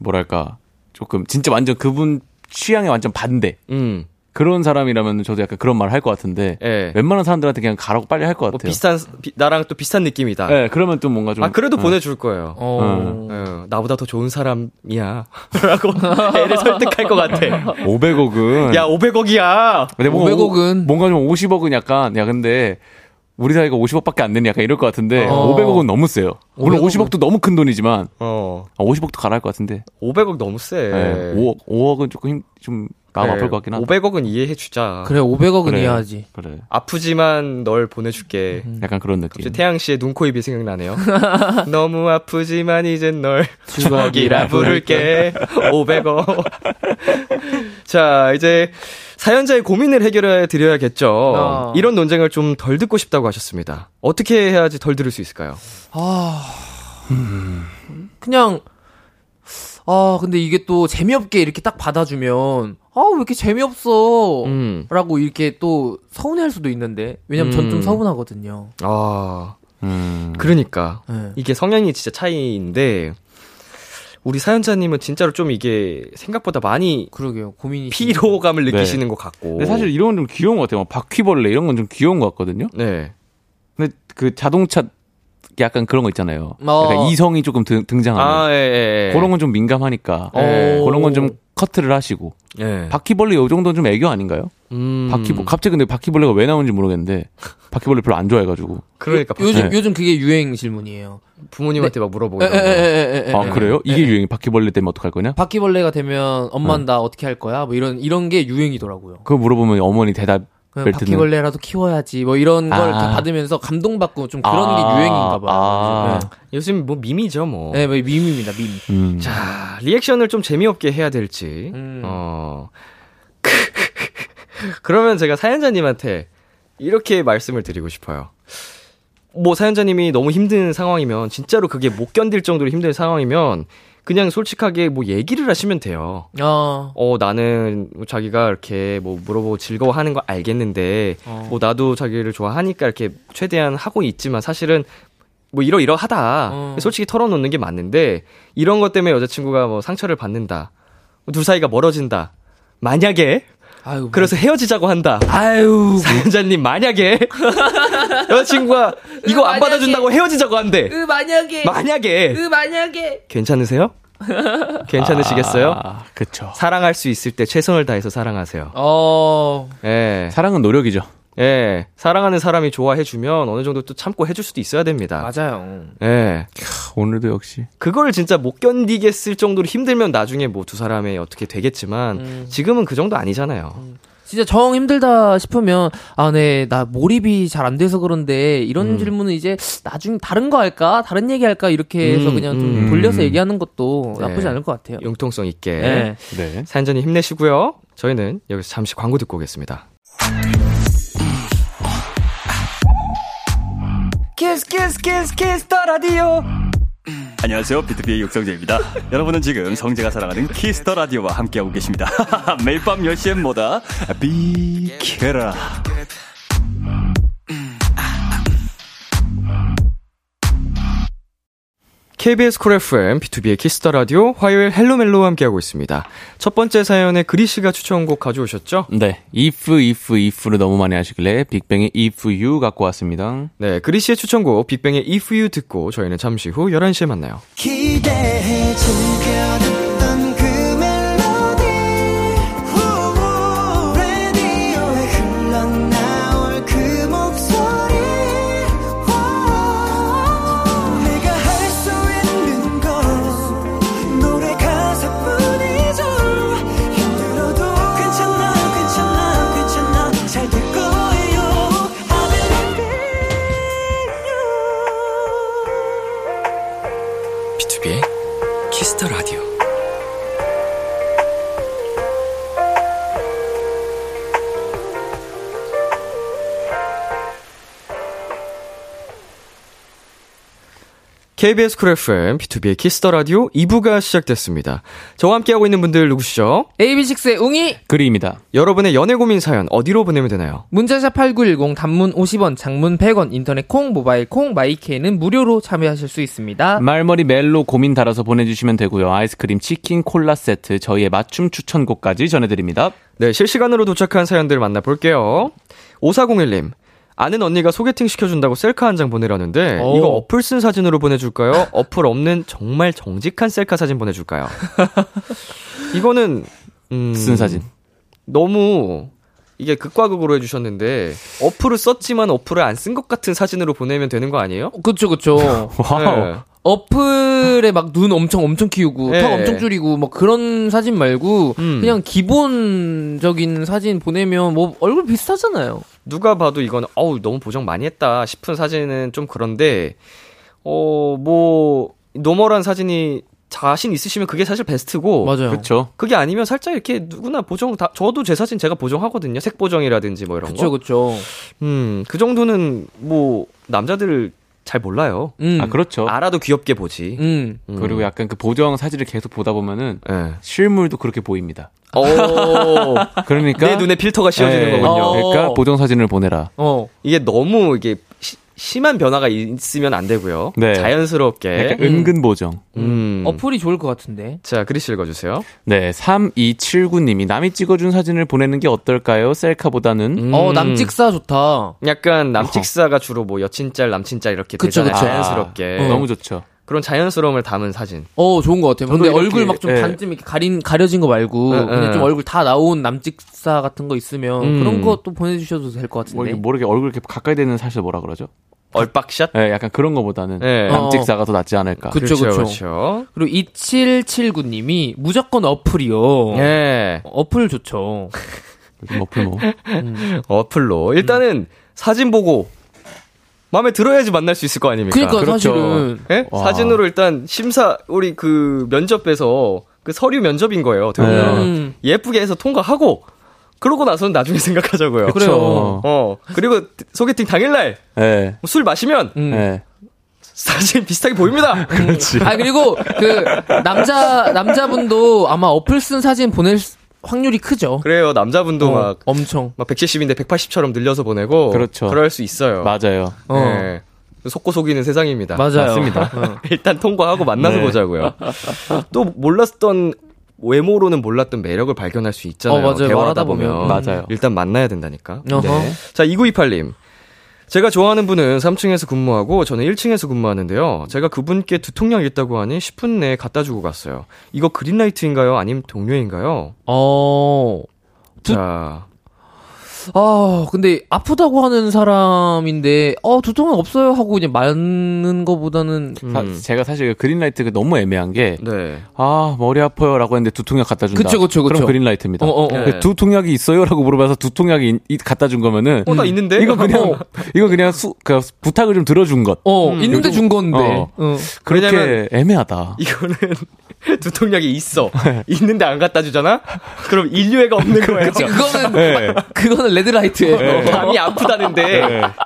Speaker 5: 뭐랄까 조금 진짜 완전 그분 취향에 완전 반대
Speaker 2: 음,
Speaker 5: 그런 사람이라면 저도 약간 그런 말 할 것 같은데
Speaker 2: 예.
Speaker 5: 웬만한 사람들한테 그냥 가라고 빨리 할 것
Speaker 2: 뭐
Speaker 5: 같아요.
Speaker 2: 비슷한, 비- 나랑 또 비슷한 느낌이다.
Speaker 5: 예, 그러면 또 뭔가 좀
Speaker 2: 아, 그래도
Speaker 5: 어.
Speaker 2: 보내줄 거예요.
Speaker 6: 어.
Speaker 5: 음.
Speaker 2: 어, 나보다 더 좋은
Speaker 5: [LAUGHS]
Speaker 2: 사람이야. 라고 애를 설득할 것 같아.
Speaker 5: 네. 500억은
Speaker 2: 야, 500억이야!
Speaker 5: 근데 뭔가
Speaker 6: 500억 은-
Speaker 5: 오- 뭔가 좀 50억은 약간 야 근데 우리 사이가 50억밖에 안 되니 약간 이럴 것 같은데
Speaker 6: 어.
Speaker 5: 500억은 너무 세요. 물론
Speaker 6: 500억 은-
Speaker 5: 50억도 너무 큰 돈이지만
Speaker 2: 어,
Speaker 5: 50억도 가라 할 것 같은데
Speaker 2: 500억 너무 세.
Speaker 5: 예, 5억 5억은 조금 힘, 좀 마음 아플 것 같긴 하다.
Speaker 2: 500억은 이해해주자.
Speaker 6: 그래, 500억은
Speaker 5: 그래.
Speaker 6: 예. 이해하지.
Speaker 5: 그래.
Speaker 2: 아프지만 널 보내줄게.
Speaker 5: 약간 그런
Speaker 2: 갑자기
Speaker 5: 느낌.
Speaker 2: 태양 씨의 눈, 코, 입이 생각나네요. 너무 아프지만 이젠 널
Speaker 6: 추억이라
Speaker 2: 추억이라 부를게. 500원. [LAUGHS] 자, 이제 사연자의 고민을 해결해 드려야겠죠.
Speaker 6: 어.
Speaker 2: 이런 논쟁을 좀 덜 듣고 싶다고 하셨습니다. 어떻게 해야지 덜 들을 수 있을까요?
Speaker 6: 아. 그냥, 아, 근데 이게 또 재미없게 이렇게 딱 받아주면, 아, 왜 이렇게 재미없어.
Speaker 2: 음.
Speaker 6: 라고 이렇게 또 서운해할 수도 있는데. 왜냐면 전
Speaker 2: 음.
Speaker 6: 좀 서운하거든요.
Speaker 2: 아,
Speaker 5: 음.
Speaker 2: 그러니까.
Speaker 6: 예.
Speaker 2: 이게 성향이 진짜 차이인데, 우리 사연자님은 진짜로 좀 이게 생각보다 많이
Speaker 6: 그러게요. 고민이.
Speaker 2: 피로감을
Speaker 5: 네.
Speaker 2: 느끼시는 것 같고.
Speaker 5: 근데 사실 이런 건 좀 귀여운 것 같아요. 막 바퀴벌레 이런 건 좀 귀여운 것 같거든요.
Speaker 2: 네.
Speaker 5: 근데 그 자동차 약간 그런 거 있잖아요.
Speaker 6: 어.
Speaker 5: 약간 이성이 조금 등, 등장하는
Speaker 2: 아, 예, 예.
Speaker 5: 네. 그런 건 좀 민감하니까
Speaker 6: 어.
Speaker 2: 예.
Speaker 5: 그런 건 좀 커트를 하시고
Speaker 6: 네.
Speaker 2: 예.
Speaker 5: 바퀴벌레 요 정도는 좀 애교 아닌가요?
Speaker 2: 음.
Speaker 5: 바퀴 갑자기 근데 바퀴벌레가 왜 나오는지 모르겠는데 바퀴벌레 별로 안 좋아해가지고
Speaker 2: 그러니까 [LAUGHS]
Speaker 6: 요, 즘
Speaker 5: 네.
Speaker 6: 요즘 그게 유행 질문이에요.
Speaker 2: 부모님한테 막 물어보고
Speaker 6: 에, 에, 에,
Speaker 2: 이런 거.
Speaker 6: 에, 에, 에,
Speaker 5: 아
Speaker 6: 에.
Speaker 5: 그래요? 이게 유행이 바퀴벌레 때문에 어떡할 거냐?
Speaker 6: 바퀴벌레가 되면 엄만 나 어떻게 할 거야? 뭐 이런 이런 게 유행이더라고요.
Speaker 5: 그거 물어보면 어머니 대답
Speaker 6: 그냥
Speaker 5: 벨트는?
Speaker 6: 바퀴벌레라도 키워야지 뭐 이런 걸
Speaker 5: 아.
Speaker 6: 받으면서 감동받고 좀 그런
Speaker 5: 아.
Speaker 6: 게 유행인가 봐요.
Speaker 5: 아.
Speaker 2: 요즘 뭐 밈이죠, 뭐.
Speaker 6: 네, 네, 밈입니다, 밈.
Speaker 5: 음.
Speaker 2: 자, 리액션을 좀 재미없게 해야 될지.
Speaker 6: 음.
Speaker 2: 어. [LAUGHS] 그러면 제가 사연자님한테 이렇게 말씀을 드리고 싶어요. 뭐 사연자님이 너무 힘든 상황이면 진짜로 그게 못 견딜 정도로 힘든 상황이면 그냥 솔직하게 뭐 얘기를 하시면 돼요.
Speaker 6: 어,
Speaker 2: 어, 나는 자기가 이렇게 뭐 물어보고 즐거워하는 거 알겠는데,
Speaker 6: 어.
Speaker 2: 뭐 나도 자기를 좋아하니까 이렇게 최대한 하고 있지만 사실은 뭐 이러이러하다.
Speaker 6: 어.
Speaker 2: 솔직히 털어놓는 게 맞는데, 이런 것 때문에 여자친구가 뭐 상처를 받는다. 둘 사이가 멀어진다. 만약에,
Speaker 6: 아유.
Speaker 2: 그래서 헤어지자고 한다.
Speaker 6: 아유.
Speaker 2: 사연자님,
Speaker 6: [LAUGHS]
Speaker 2: 만약에, 여자친구가 이거 안
Speaker 6: 만약에.
Speaker 2: 받아준다고 헤어지자고 한대.
Speaker 6: 으 만약에
Speaker 2: 만약에,
Speaker 6: 으 만약에
Speaker 2: 괜찮으세요? 괜찮으시겠어요?
Speaker 5: 아, 그쵸.
Speaker 2: 사랑할 수 있을 때 최선을 다해서 사랑하세요.
Speaker 6: 어,
Speaker 2: 예.
Speaker 5: 사랑은 노력이죠.
Speaker 2: 예, 사랑하는 사람이 좋아해주면 어느 정도 또 참고 해줄 수도 있어야 됩니다.
Speaker 6: 맞아요.
Speaker 2: 예.
Speaker 5: 오늘도 역시.
Speaker 2: 그걸 진짜 못 견디겠을 정도로 힘들면 나중에 뭐 두 사람이 어떻게 되겠지만,
Speaker 6: 음.
Speaker 2: 지금은 그 정도 아니잖아요.
Speaker 6: 진짜 정 힘들다 싶으면 아, 네, 나 몰입이 잘 안 돼서 그런데 이런 질문은 이제 나중에 다른 거 할까, 다른 얘기 할까 이렇게 해서
Speaker 2: 음,
Speaker 6: 그냥 좀
Speaker 5: 음.
Speaker 6: 돌려서 얘기하는 것도
Speaker 2: 네.
Speaker 6: 나쁘지 않을 것 같아요.
Speaker 2: 융통성 있게.
Speaker 6: 네.
Speaker 5: 네.
Speaker 2: 사연전이 힘내시고요. 저희는 여기서 잠시 광고 듣고 오겠습니다.
Speaker 8: 안녕하세요. 비트비의
Speaker 6: [LAUGHS]
Speaker 8: 육성재입니다. 여러분은 지금 성재가 사랑하는 키스터 라디오와 함께하고 계십니다. [LAUGHS] 매일 밤 10시엔 뭐다? 비케라.
Speaker 2: KBS 콜 FM, B2B의 키스터 라디오, 화요일 헬로멜로와 함께하고 있습니다. 첫 번째 사연에 그리씨가 추천곡 가져오셨죠?
Speaker 5: 네. if, if, if를 너무 많이 하시길래 빅뱅의 if you 갖고 왔습니다.
Speaker 2: 네, 그리씨의 추천곡, 빅뱅의 If You 듣고 저희는 잠시 후 11시에 만나요.
Speaker 9: 기대해 즐겨 듣던 그 멜로디 후, 라디오에 흘러나올 그 목소리 와, 내가 할 수 있는 건 노래 가사뿐이죠 힘들어도 괜찮아 괜찮아 괜찮아 잘 될 거예요 I believe in you
Speaker 2: B2B의 키스터 라디오. KBS 쿨 FM, B2B의 키스터 라디오 2부가 시작됐습니다. 저와 함께하고 있는 분들 누구시죠?
Speaker 4: AB6IX의 웅이
Speaker 5: 그리입니다.
Speaker 2: 여러분의 연애 고민 사연 어디로 보내면 되나요?
Speaker 4: 문자샵 8910 단문 50원, 장문 100원, 인터넷 콩, 모바일 콩, 마이케이는 무료로 참여하실 수 있습니다.
Speaker 5: 말머리 멜로 고민 달아서 보내주시면 되고요. 아이스크림, 치킨, 콜라 세트, 저희의 맞춤 추천곡까지 전해드립니다.
Speaker 2: 네, 실시간으로 도착한 사연들 만나볼게요. 5401님. 아는 언니가 소개팅 시켜준다고 셀카 한 장 보내라는데
Speaker 4: 오.
Speaker 2: 이거 어플 쓴 사진으로
Speaker 5: [LAUGHS]
Speaker 2: 보내줄까요? 어플 없는 정말 정직한 셀카 사진 보내줄까요? 이거는 음,
Speaker 5: 쓴 사진.
Speaker 2: 너무 이게 극과 극으로 해주셨는데 어플을 썼지만 어플을 안 쓴 것 같은 사진으로 보내면 되는 거 아니에요?
Speaker 4: 그쵸, 그쵸.
Speaker 5: 와우.
Speaker 2: 네.
Speaker 4: 어플에 막 눈 엄청 엄청 키우고
Speaker 2: 예.
Speaker 4: 턱 엄청 줄이고 뭐 그런 사진 말고
Speaker 2: 음.
Speaker 4: 그냥 기본적인 사진 보내면 뭐 얼굴 비슷하잖아요.
Speaker 2: 누가 봐도 이건 어우 너무 보정 많이 했다 싶은 사진은 좀 그런데 어 뭐 노멀한 사진이 자신 있으시면 그게 사실 베스트고
Speaker 4: 맞아요.
Speaker 5: 그렇죠.
Speaker 2: 그게 아니면 살짝 이렇게 누구나 보정 다 저도 제 사진 제가 보정하거든요 색 보정이라든지 뭐 이런
Speaker 4: 그쵸, 그쵸.
Speaker 2: 거음그 정도는 뭐 남자들 잘 몰라요
Speaker 4: 음.
Speaker 5: 아 그렇죠.
Speaker 2: 알아도 귀엽게 보지
Speaker 4: 음.
Speaker 2: 음.
Speaker 5: 그리고 약간 그 보정 사진을 계속 보다 보면은
Speaker 2: 예.
Speaker 5: 실물도 그렇게 보입니다.
Speaker 2: 오,
Speaker 5: [LAUGHS] 그러니까
Speaker 2: 내 눈에 필터가 씌워지는
Speaker 5: 예,
Speaker 2: 거군요.
Speaker 4: 어.
Speaker 5: 그러니까 보정 사진을 보내라.
Speaker 4: 어.
Speaker 2: 이게 너무 이게 시- 심한 변화가 있으면 안 되고요.
Speaker 5: 네.
Speaker 2: 자연스럽게.
Speaker 5: 약간 은근 보정.
Speaker 2: 음.
Speaker 4: 어플이 좋을 것 같은데.
Speaker 2: 자, 그리씨 읽어주세요.
Speaker 5: 네, 3279님이 남이 찍어준 사진을 보내는 게 어떨까요? 셀카보다는.
Speaker 4: 어,
Speaker 2: 음.
Speaker 4: 남직사 좋다.
Speaker 2: 약간 남직사가 주로 뭐 여친짤, 남친짤 이렇게
Speaker 4: 그쵸,
Speaker 2: 되잖아요.
Speaker 4: 그쵸.
Speaker 2: 자연스럽게.
Speaker 5: 아, 너무 좋죠.
Speaker 2: 그런 자연스러움을 담은 사진.
Speaker 4: 어, 좋은 것 같아요. 근데
Speaker 5: 이렇게,
Speaker 4: 얼굴 막 좀
Speaker 5: 예.
Speaker 4: 반쯤 이렇게 가린, 가려진 거 말고,
Speaker 2: 예, 예.
Speaker 4: 그냥 좀 얼굴 다 나온 남직사 같은 거 있으면,
Speaker 2: 음.
Speaker 4: 그런 거 또 보내주셔도 될 것
Speaker 5: 뭐
Speaker 4: 같은데.
Speaker 5: 이게
Speaker 2: 네.
Speaker 5: 모르게 얼굴 이렇게 가까이 되는 사실 뭐라 그러죠?
Speaker 2: 얼박샷?
Speaker 5: 예, 약간 그런 거보다는
Speaker 2: 예.
Speaker 5: 남직사가 더 낫지 않을까.
Speaker 4: 그쵸, 그쵸.
Speaker 2: 그렇죠.
Speaker 4: 그리고 2779님이 무조건 어플이요.
Speaker 2: 예.
Speaker 4: 어플 좋죠.
Speaker 5: 요즘
Speaker 2: [LAUGHS]
Speaker 5: 어플 뭐.
Speaker 2: 어플로. 일단은 음. 사진 보고 마음에 들어야지 만날 수 있을 거 아닙니까?
Speaker 4: 그러니까
Speaker 5: 그렇죠.
Speaker 4: 사실은
Speaker 2: 예?
Speaker 5: 와.
Speaker 2: 사진으로 일단 심사 우리 그 면접에서 그 서류 면접인 거예요. 어떻게 보면.
Speaker 4: 음.
Speaker 2: 예쁘게 해서 통과하고 그러고 나서는 나중에 [LAUGHS] 생각하자고요.
Speaker 4: 그래요.
Speaker 2: 어 그리고 소개팅 당일날
Speaker 5: 예.
Speaker 2: 술 마시면
Speaker 4: 음.
Speaker 5: 예.
Speaker 2: 사진 비슷하게 보입니다.
Speaker 5: 그렇지.
Speaker 4: 아 그리고 그 남자 남자분도 아마 어플 쓴 사진 보낼 수- 확률이 크죠.
Speaker 2: 그래요 남자분도
Speaker 4: 어,
Speaker 2: 막.
Speaker 4: 엄청.
Speaker 2: 막 170인데 180처럼 늘려서 보내고
Speaker 5: 그렇죠.
Speaker 2: 럴수 있어요.
Speaker 5: 맞아요.
Speaker 4: 어.
Speaker 2: 네. 속고 속이는 세상입니다.
Speaker 4: 맞아요.
Speaker 5: 맞습니다.
Speaker 2: [LAUGHS] 일단 통과하고 만나서
Speaker 5: 네.
Speaker 2: 보자고요. 또 몰랐던 외모로는 몰랐던 매력을 발견할 수 있잖아요.
Speaker 4: 어, 맞아요.
Speaker 2: 대화하다
Speaker 4: 말하다
Speaker 2: 보면.
Speaker 4: 보면.
Speaker 5: 맞아요.
Speaker 2: 일단 만나야 된다니까.
Speaker 4: 어허.
Speaker 2: 자, 2928님. 제가 좋아하는 분은 3층에서 근무하고 저는 1층에서 근무하는데요. 제가 그분께 두통약 있다고 하니 10분 내에 갖다 주고 갔어요. 이거 그린라이트인가요? 아님 동료인가요?
Speaker 4: 어. 두-
Speaker 2: 자,
Speaker 4: 아 근데 아프다고 하는 사람인데 어 두통은 없어요 하고 그냥 맞는 거보다는
Speaker 5: 사-
Speaker 2: 음.
Speaker 5: 제가 사실 그 그린라이트가 너무 애매한 게,
Speaker 2: 네.
Speaker 5: 아, 머리 아파요 라고 했는데 두통약 갖다 준다.
Speaker 4: 그쵸, 그쵸, 그쵸.
Speaker 5: 럼 그린라이트입니다.
Speaker 4: 어, 어, 어.
Speaker 5: 근데 두통약이 있어요? 라고 물어봐서 두통약이 인- 이- 갖다 준 거면은,
Speaker 2: 어, 나
Speaker 4: 음,
Speaker 2: 있는데?
Speaker 5: 이거 그냥,
Speaker 2: 어.
Speaker 5: 이거 그냥 수, 그 부탁을 좀 들어준 것.
Speaker 4: 어
Speaker 2: 음,
Speaker 4: 있는데 준 건데.
Speaker 5: 어.
Speaker 4: 어.
Speaker 5: 그렇게
Speaker 2: 왜냐면-
Speaker 5: 애매하다.
Speaker 2: [LAUGHS] 이거는 [LAUGHS] 두통약이 있어. 있는데 안 갖다 주잖아? 그럼 인류애가 없는 거예요.
Speaker 4: 네. 그거는
Speaker 2: 네.
Speaker 5: 예.
Speaker 4: [LAUGHS] 그거는 레드라이트예요.
Speaker 2: 밤이 아프다는데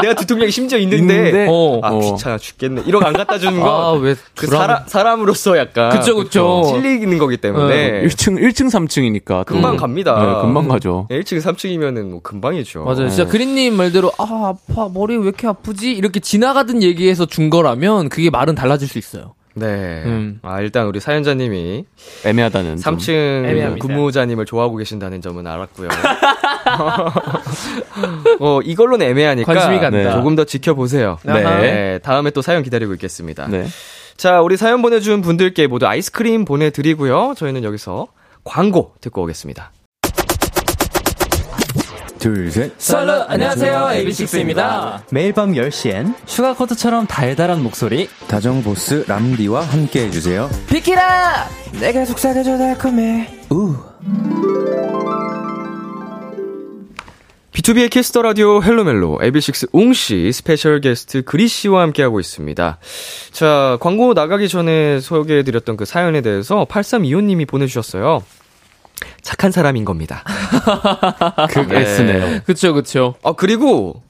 Speaker 2: 내가 두통약이 심지어 있는데,
Speaker 5: 있는데,
Speaker 4: 네. 어.
Speaker 2: 아
Speaker 5: 어.
Speaker 2: 귀찮아 죽겠네 이러고 안 갖다 주는
Speaker 4: 아,
Speaker 2: 건
Speaker 4: 왜
Speaker 2: 그
Speaker 4: 주라고.
Speaker 2: 사람, 사람으로서 약간
Speaker 4: 그쵸, 그쵸. 네, 그
Speaker 2: 찔리는 거기 때문에
Speaker 5: 1층, 1층, 3층이니까. 네,
Speaker 2: 금방 갑니다.
Speaker 5: 금방 가죠.
Speaker 2: 1층, 3층이면은 뭐 금방이죠.
Speaker 4: 맞아요. 진짜 그린님 말대로 아 아파 머리 왜 이렇게 아프지 이렇게 지나가던 얘기에서 준 거라면 그게 말은 달라질 수 있어요.
Speaker 2: 네.
Speaker 4: 음.
Speaker 2: 아, 일단 우리 사연자님이
Speaker 5: 애매하다는. 좀.
Speaker 2: 네. 3층
Speaker 4: 애매합니다.
Speaker 2: 근무자님을 좋아하고 계신다는 점은 알았고요. [LAUGHS] 어, 이걸로는 애매하니까
Speaker 4: 관심이 간다.
Speaker 2: 네. 조금 더 지켜보세요.
Speaker 5: 네.
Speaker 2: 네, 다음에 또 사연 기다리고 있겠습니다.
Speaker 5: 네.
Speaker 2: 자, 우리 사연 보내준 분들께 모두 아이스크림 보내드리고요. 저희는 여기서 광고 듣고 오겠습니다.
Speaker 10: 둘, 셋.
Speaker 4: 썰러 안녕하세요 AB6IX입니다.
Speaker 10: 매일 밤 10시엔 슈가코드처럼 달달한 목소리. 다정보스 람디와 함께 해주세요.
Speaker 4: 비키라
Speaker 10: 내가 속삭여줘 달콤해. 우.
Speaker 2: B2B의 키스터 라디오 헬로멜로 에비식스 웅씨 스페셜 게스트 그리 씨와 함께하고 있습니다. 자, 광고 나가기 전에 소개해 드렸던 그 사연에 대해서 8325 님이 보내 주셨어요. 착한 사람인 겁니다.
Speaker 5: [LAUGHS] 그 S네요.
Speaker 4: 그쵸 그쵸.
Speaker 2: 아, 그리고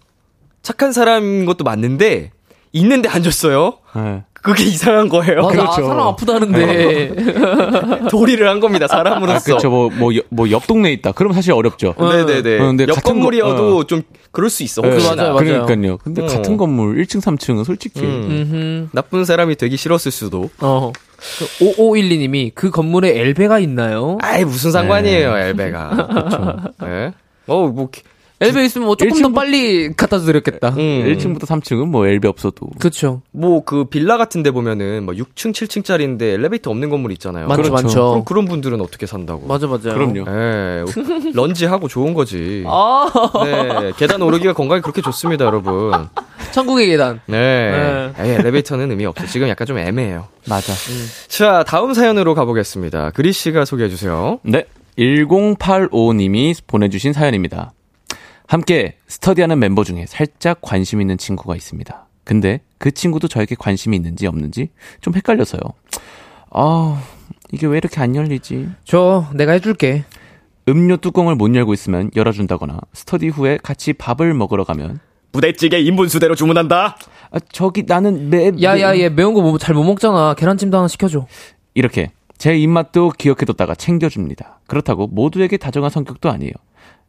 Speaker 2: 착한 사람인 것도 맞는데 있는데 안 줬어요.
Speaker 5: 네.
Speaker 2: 그게 이상한 거예요.
Speaker 4: 맞아,
Speaker 5: 그렇죠.
Speaker 4: 아, 사람 아프다는데.
Speaker 2: 도리를 한 겁니다.
Speaker 5: 아,
Speaker 2: 사람으로서.
Speaker 5: 그렇죠. 뭐뭐옆 동네 에 있다. 그럼 사실 어렵죠. 어,
Speaker 2: 네네네.
Speaker 5: 근데
Speaker 2: 옆
Speaker 5: 같은 거-
Speaker 2: 건물이어도
Speaker 5: 어.
Speaker 2: 좀 그럴 수 있어.
Speaker 5: 예,
Speaker 2: 혹시나
Speaker 4: 맞아요, 맞아요.
Speaker 5: 그러니까요. 근데
Speaker 2: 어.
Speaker 5: 같은 건물 1층 3층은 솔직히
Speaker 2: 음.
Speaker 4: 음흠.
Speaker 2: 나쁜 사람이 되기 싫었을 수도.
Speaker 4: [LAUGHS] 어. 5512님이 그 건물에 엘베가 있나요?
Speaker 2: 아이 무슨 상관이에요, 엘베가. 그 어뭐
Speaker 4: 엘베 있으면 뭐 조금 더
Speaker 5: 일층부-
Speaker 4: 빨리 갖다 드렸겠다.
Speaker 2: 음.
Speaker 5: 1층부터 3층은 뭐 엘비 없어도
Speaker 4: 그쵸.
Speaker 2: 뭐 그 빌라 같은 데 보면은 뭐 6층, 7층짜리인데 엘리베이터 없는 건물 있잖아요.
Speaker 4: 많죠,
Speaker 2: 어, 그럼-
Speaker 4: 많죠.
Speaker 2: 그렇죠. 그럼 그런 분들은 어떻게 산다고?
Speaker 4: 맞아, 맞아.
Speaker 5: 그럼요.
Speaker 2: 예. 런지 하고 좋은 거지.
Speaker 4: 아,
Speaker 2: 네. 계단 오르기가 건강에 그렇게 좋습니다, 여러분.
Speaker 4: 천국의 계단.
Speaker 2: 네. 에이, 엘리베이터는 의미 없어. 지금 약간 좀 애매해요. 음.
Speaker 5: 맞아.
Speaker 2: 자, 다음 사연으로 가보겠습니다. 그리 씨가 소개해 주세요.
Speaker 5: 네. 1085님이 보내주신 사연입니다. 함께 스터디하는 멤버 중에 살짝 관심 있는 친구가 있습니다. 근데 그 친구도 저에게 관심이 있는지 없는지 좀 헷갈려서요. 아, 이게 왜 이렇게 안 열리지?
Speaker 4: 저, 내가 해줄게.
Speaker 5: 음료 뚜껑을 못 열고 있으면 열어준다거나 스터디 후에 같이 밥을 먹으러 가면
Speaker 8: 부대찌개 인분수대로 주문한다.
Speaker 5: 아, 저기 나는 매,
Speaker 4: 야, 야, 얘 매운 거뭐 잘 못 먹잖아. 계란찜도 하나 시켜줘.
Speaker 5: 이렇게 제 입맛도 기억해뒀다가 챙겨줍니다. 그렇다고 모두에게 다정한 성격도 아니에요.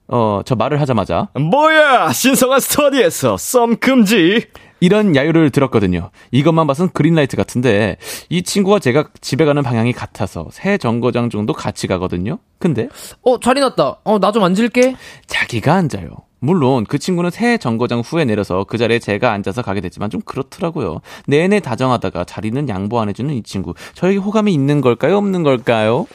Speaker 5: 어, 저 말을 하자마자
Speaker 8: 뭐야 신성한 스터디에서 썸 금지.
Speaker 5: 이런 야유를 들었거든요. 이것만 봐선 그린라이트 같은데 이 친구와 제가 집에 가는 방향이 같아서 새 정거장 정도 같이 가거든요. 근데
Speaker 4: 어, 자리 났다. 어, 나 좀 앉을게.
Speaker 5: 자기가 앉아요. 물론 그 친구는 새 정거장 후에 내려서 그 자리에 제가 앉아서 가게 됐지만 좀 그렇더라고요. 내내 다정하다가 자리는 양보 안 해주는 이 친구. 저에게 호감이 있는 걸까요? 없는 걸까요?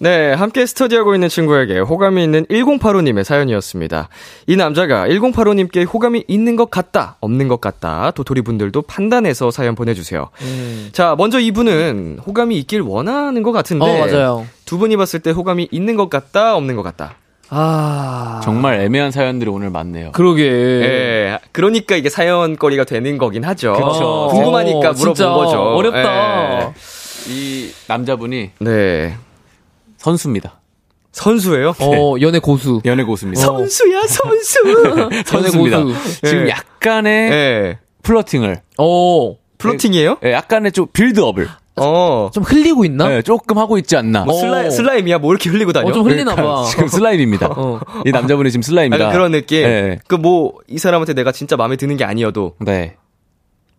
Speaker 2: 네, 함께 스터디하고 있는 친구에게 호감이 있는 1085님의 사연이었습니다. 이 남자가 1085님께 호감이 있는 것 같다, 없는 것 같다, 도토리분들도 판단해서 사연 보내주세요.
Speaker 4: 음.
Speaker 2: 자, 먼저 이분은 호감이 있길 원하는 것 같은데.
Speaker 4: 어, 맞아요.
Speaker 2: 두 분이 봤을 때 호감이 있는 것 같다, 없는 것 같다.
Speaker 4: 아.
Speaker 5: 정말 애매한 사연들이 오늘 많네요.
Speaker 4: 그러게.
Speaker 2: 예, 그러니까 이게 사연거리가 되는 거긴 하죠.
Speaker 5: 그쵸.
Speaker 2: 궁금하니까
Speaker 4: 어,
Speaker 2: 물어본
Speaker 4: 진짜
Speaker 2: 거죠.
Speaker 4: 어렵다.
Speaker 2: 예.
Speaker 5: 이 남자분이
Speaker 2: 네.
Speaker 5: 선수입니다.
Speaker 2: 선수예요?
Speaker 4: 어, 연애 고수.
Speaker 5: 연애 고수입니다.
Speaker 2: 선수야,
Speaker 4: [LAUGHS]
Speaker 2: 선수!
Speaker 4: 연애
Speaker 5: 선수입니다.
Speaker 4: 고수.
Speaker 5: 지금
Speaker 2: 예.
Speaker 5: 약간의
Speaker 4: 네.
Speaker 2: 예.
Speaker 5: 플러팅을
Speaker 4: 어,
Speaker 2: 플로팅이에요?
Speaker 5: 예, 약간의 좀 빌드업을
Speaker 4: 네.
Speaker 2: 어.
Speaker 4: 좀 흘리고 있나?
Speaker 5: 예, 조금 하고 있지 않나.
Speaker 2: 뭐 슬라,
Speaker 4: 오.
Speaker 2: 슬라임이야? 뭐 이렇게 흘리고 다녀?
Speaker 4: 어, 좀 흘리나 봐.
Speaker 5: 지금 슬라임입니다.
Speaker 4: 어.
Speaker 5: 이 남자분이 지금 슬라임이다.
Speaker 2: 약간 그러니까 그런 느낌?
Speaker 4: 네.
Speaker 5: 예.
Speaker 2: 그 뭐 이 사람한테 내가 진짜 마음에 드는 게 아니어도
Speaker 5: 네.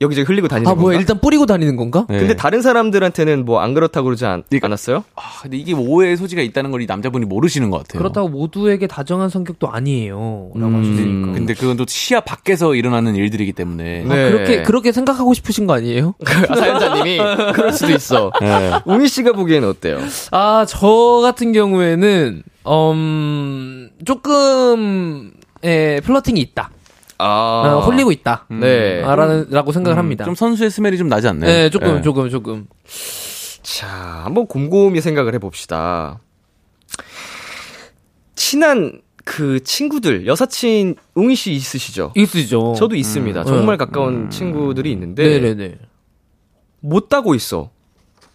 Speaker 2: 여기저기 흘리고 다니는
Speaker 4: 아, 뭐야,
Speaker 2: 건가? 네.
Speaker 4: 일단 네. 뿌리고 다니는 건가?
Speaker 5: 예.
Speaker 2: 근데 다른 사람들한테는 뭐 안 그렇다고 그러지 않,
Speaker 4: 그러니까
Speaker 5: 이거-
Speaker 2: 았어요
Speaker 5: 아, 근데 이게 오해의 소지가 있다는 걸 이 남자분이 모르시는 것 같아요.
Speaker 4: 그렇다고 모두에게 다정한 성격도 아니에요. 라고 하시니까.
Speaker 5: 음, 근데 그건 또 시야 밖에서 일어나는 일들이기 때문에.
Speaker 4: 아,
Speaker 2: 네.
Speaker 4: 그렇게, 그렇게 생각하고 싶으신 거 아니에요?
Speaker 2: 그러니까 사연자님이 그럴 수도 있어.
Speaker 5: 예.
Speaker 4: 네.
Speaker 2: 우미 씨가 보기엔 어때요?
Speaker 4: [LAUGHS] 아, 저 같은 경우에는, 음, 조금, 예, 플러팅이 있다.
Speaker 2: 아,
Speaker 4: 어, 홀리고 있다.
Speaker 2: 네.
Speaker 4: 아, 라는, 라고 생각을 합니다.
Speaker 5: 좀 선수의 스멜이 좀 나지 않나요?
Speaker 4: 네, 조금,
Speaker 5: 예.
Speaker 4: 조금, 조금.
Speaker 2: 자, 한번 곰곰이 생각을 해봅시다. 친한 그 친구들 여사친 웅이 씨 있으시죠?
Speaker 4: 있으시죠? 음.
Speaker 2: 저도 있습니다. 정말 가까운 친구들이 있는데
Speaker 4: 네네네.
Speaker 2: 못 따고 있어.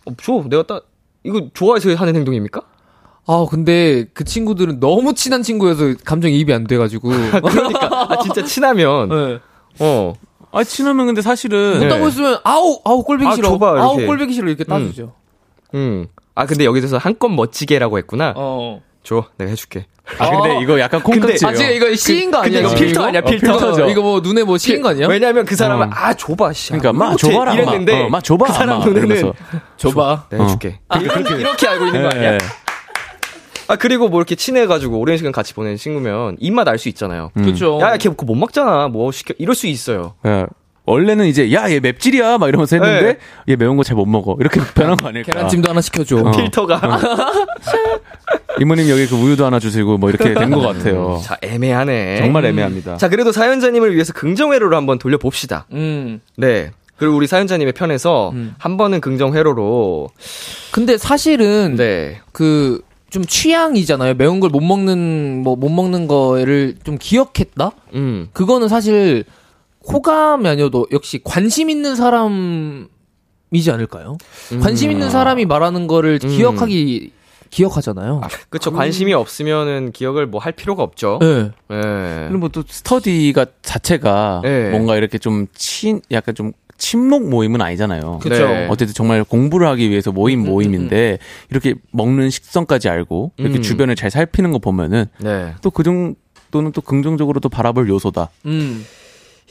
Speaker 2: 어, 줘, 내가 따, 이거 좋아해서 하는 행동입니까? [LAUGHS]
Speaker 4: 아, 근데 그 친구들은 너무 친한 친구여서 감정이입이 안
Speaker 2: [LAUGHS]
Speaker 4: 돼가지고.
Speaker 2: 그러니까. 아, 진짜 친하면.
Speaker 4: 네.
Speaker 2: 어.
Speaker 5: 아, 친하면 근데 사실은.
Speaker 2: 네.
Speaker 4: 못하고 있으면 아우 아우 꼴보기
Speaker 2: 아,
Speaker 4: 싫어
Speaker 2: 줘봐, 이렇게.
Speaker 4: 아우 꼴보기 싫어 이렇게 따주죠.
Speaker 2: 음. 아, 근데 여기서 한껏 멋지게라고 했구나.
Speaker 4: 어.
Speaker 2: 줘, 내가 해줄게.
Speaker 5: 아, 근데 이거 약간 콩깍지예요.
Speaker 4: 아 지금 이거 시인 거 아니야?
Speaker 2: 근데 이거
Speaker 4: 지금
Speaker 2: 그러니까 필터 아니야,
Speaker 4: 어,
Speaker 2: 필터.
Speaker 4: 필터죠. 이거 뭐 눈에 뭐 시인 거 아니야?
Speaker 2: 왜냐면 그 사람은, 아, 줘봐, 씨.
Speaker 5: 어. 그러니까 막
Speaker 2: 못해,
Speaker 5: 줘봐라.
Speaker 2: 이랬는데.
Speaker 5: 막, 어, 막 줘봐.
Speaker 2: 그 사람
Speaker 5: 막
Speaker 2: 눈에는.
Speaker 5: 이러면서.
Speaker 4: 줘봐.
Speaker 2: 내가
Speaker 5: 어.
Speaker 2: 해줄게. 이렇게, 이렇게 알고 있는 거 아니야?
Speaker 5: 예.
Speaker 2: 아, 그리고 뭐 이렇게 친해가지고 오랜 시간 같이 보낸 친구면 입맛 알 수 있잖아요.
Speaker 5: 음.
Speaker 4: 그렇죠.
Speaker 2: 야, 걔 그거 못 먹잖아. 뭐 시켜. 이럴 수 있어요.
Speaker 5: 예. 원래는 이제 야 얘 맵찔이야 막 이러면서 했는데 얘 매운 거 잘 못 먹어 이렇게 [LAUGHS] 변한 거 아닐까?
Speaker 4: 네.
Speaker 5: 어.
Speaker 4: 계란찜도 하나 시켜줘.
Speaker 2: 어. 필터가.
Speaker 5: 이모님 여기 그 우유도 하나 주시고 뭐 이렇게 된 것 같아요.
Speaker 2: 자,
Speaker 4: 음.
Speaker 2: 애매하네.
Speaker 5: 정말 애매합니다.
Speaker 2: 자, 그래도 사연자님을 위해서 긍정회로를 한번 돌려봅시다.
Speaker 4: 음.
Speaker 2: 네. 그리고 우리 사연자님의 편에서 한 번은 긍정회로로.
Speaker 4: 근데 사실은
Speaker 2: 네.
Speaker 4: 그 좀 취향이잖아요. 매운 걸 못 먹는 뭐 못 먹는 거를 좀 기억했다.
Speaker 2: 음.
Speaker 4: 그거는 사실 호감이 아니어도 역시 관심 있는 사람이지 않을까요?
Speaker 2: 음.
Speaker 4: 관심 있는 사람이 말하는 거를 기억하기 기억하잖아요.
Speaker 2: 그쵸. 관심이 없으면은 기억을 뭐 할 필요가 없죠.
Speaker 4: 음. 네.
Speaker 2: 예.
Speaker 5: 그리고 뭐또 스터디가 뭐 자체가
Speaker 2: 예.
Speaker 5: 뭔가 이렇게 좀 친, 약간 좀 친목 모임은 아니잖아요.
Speaker 4: 그쵸.
Speaker 2: 네. 음,
Speaker 5: 어쨌든 정말 공부를 하기 위해서 모임 모임인데 이렇게 먹는 식성까지 알고 이렇게
Speaker 2: 음.
Speaker 5: 주변을 잘 살피는 거 보면은
Speaker 2: 네.
Speaker 5: 또 그 정도는 또 긍정적으로 또 바라볼 요소다.
Speaker 4: 음.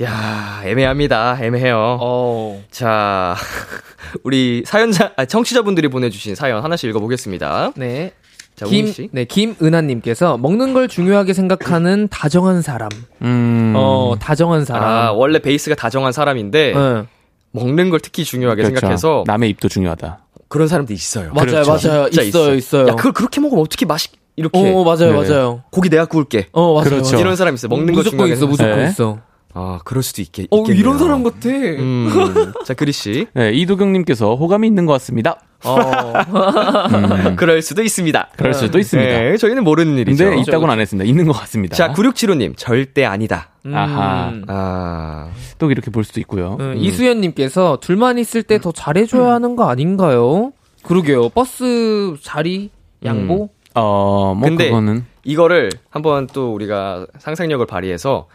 Speaker 2: 야 애매합니다. 애매해요.
Speaker 4: 어.
Speaker 2: 자, [LAUGHS] 우리 사연자, 아, 청취자분들이 보내주신 사연 하나씩 읽어보겠습니다.
Speaker 4: 네.
Speaker 2: 자,
Speaker 4: 김,
Speaker 2: 우민 씨.
Speaker 4: 네, 김은하님께서 먹는 걸 중요하게 생각하는 다정한 사람.
Speaker 5: 음.
Speaker 4: 어, 다정한 사람.
Speaker 2: 아, 원래 베이스가 다정한 사람인데,
Speaker 4: 네.
Speaker 2: 먹는 걸 특히 중요하게
Speaker 5: 그렇죠.
Speaker 2: 생각해서
Speaker 5: 남의 입도 중요하다.
Speaker 2: 그런 사람도 있어요.
Speaker 4: 맞아요, 맞아요.
Speaker 2: 진짜
Speaker 4: 있어요, 있어요.
Speaker 2: 야, 그걸 그렇게 먹으면 어떻게 맛이, 이렇게.
Speaker 4: 어, 맞아요,
Speaker 5: 네.
Speaker 4: 맞아요.
Speaker 2: 고기 내가 구울게.
Speaker 4: 어, 맞아요.
Speaker 5: 그렇죠.
Speaker 4: 맞아요.
Speaker 2: 이런 사람 있어요. 먹는 거
Speaker 4: 무조건
Speaker 2: 중요하게.
Speaker 4: 있어,
Speaker 2: 생각-
Speaker 4: 무조건
Speaker 5: 네.
Speaker 4: 있어.
Speaker 2: 아, 그럴 수도 있겠,
Speaker 4: 어,
Speaker 2: 있겠네요.
Speaker 4: 이런 사람 같아.
Speaker 2: 음. 자, 그리 씨.
Speaker 5: 네, 이도경님께서 호감이 있는 것 같습니다. 음.
Speaker 4: 어,
Speaker 2: [LAUGHS] 그럴 수도 있습니다.
Speaker 5: 그럴 수도 있습니다.
Speaker 2: 네, 저희는 모르는 일이죠.
Speaker 5: 근데 있다고는 안 했습니다. 있는 것 같습니다.
Speaker 2: 자, 9675님, 절대 아니다.
Speaker 4: 음.
Speaker 5: 아하.
Speaker 2: 아,
Speaker 5: 또 이렇게 볼 수도 있고요.
Speaker 4: 음, 이수연님께서 둘만 있을 때 더 잘해줘야 하는 거 아닌가요? 그러게요. 버스 자리 양보.
Speaker 2: 음.
Speaker 5: 어, 뭐
Speaker 2: 근데-
Speaker 5: 그거는
Speaker 2: 이거를 한번 또 우리가 상상력을 발휘해서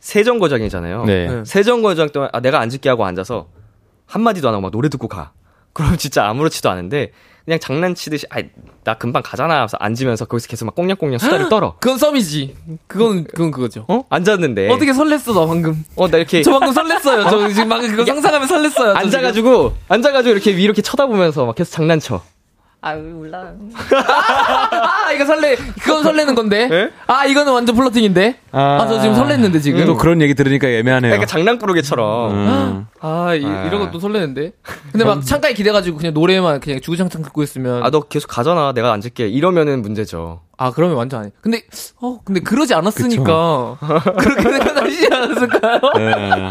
Speaker 2: 세정거장이잖아요.
Speaker 5: 네.
Speaker 4: 네.
Speaker 2: 세정거장 동안 아, 내가 앉을게 하고 앉아서 한마디도 안 하고 막 노래 듣고 가. [LAUGHS] 그럼 진짜 아무렇지도 않은데 그냥 장난치듯이 아 나 금방 가잖아 하면서 앉으면서 거기서 계속 막 꽁냥꽁냥 수다를 떨어.
Speaker 4: 그건 썸이지. 그건 그건 그거죠.
Speaker 2: 어? 앉았는데
Speaker 4: 어떻게 설렜어 나 방금?
Speaker 2: 어 나 이렇게
Speaker 4: [LAUGHS] 저 방금 설렜어요. 저 지금 방금 그거 상상하면 설렜어요. 저 지금.
Speaker 2: 앉아가지고 앉아가지고 이렇게 위 이렇게 쳐다보면서 막 계속 장난쳐.
Speaker 5: 네.
Speaker 4: 아 이거 설레. 그건 설레는 건데.
Speaker 5: 예?
Speaker 4: 아 이거는 완전 플러팅인데. 아 저 지금 설렜는데 지금.
Speaker 2: 음.
Speaker 5: 또 그런 얘기 들으니까 애매하네요.
Speaker 2: 약간 장난꾸러기처럼.
Speaker 5: 음.
Speaker 4: 아 이,
Speaker 2: 아.
Speaker 4: 이런 것도 설레는데. 근데 막 창가에 기대가지고 그냥 노래만 그냥 주구장창 듣고 있으면
Speaker 2: 아 너 계속 가잖아 내가 앉을게 이러면은 문제죠.
Speaker 4: 아 그러면 완전 아니. 근데 어 근데 그러지 않았으니까 [LAUGHS] 그렇게 생각하시지 않았을까요?
Speaker 5: 네,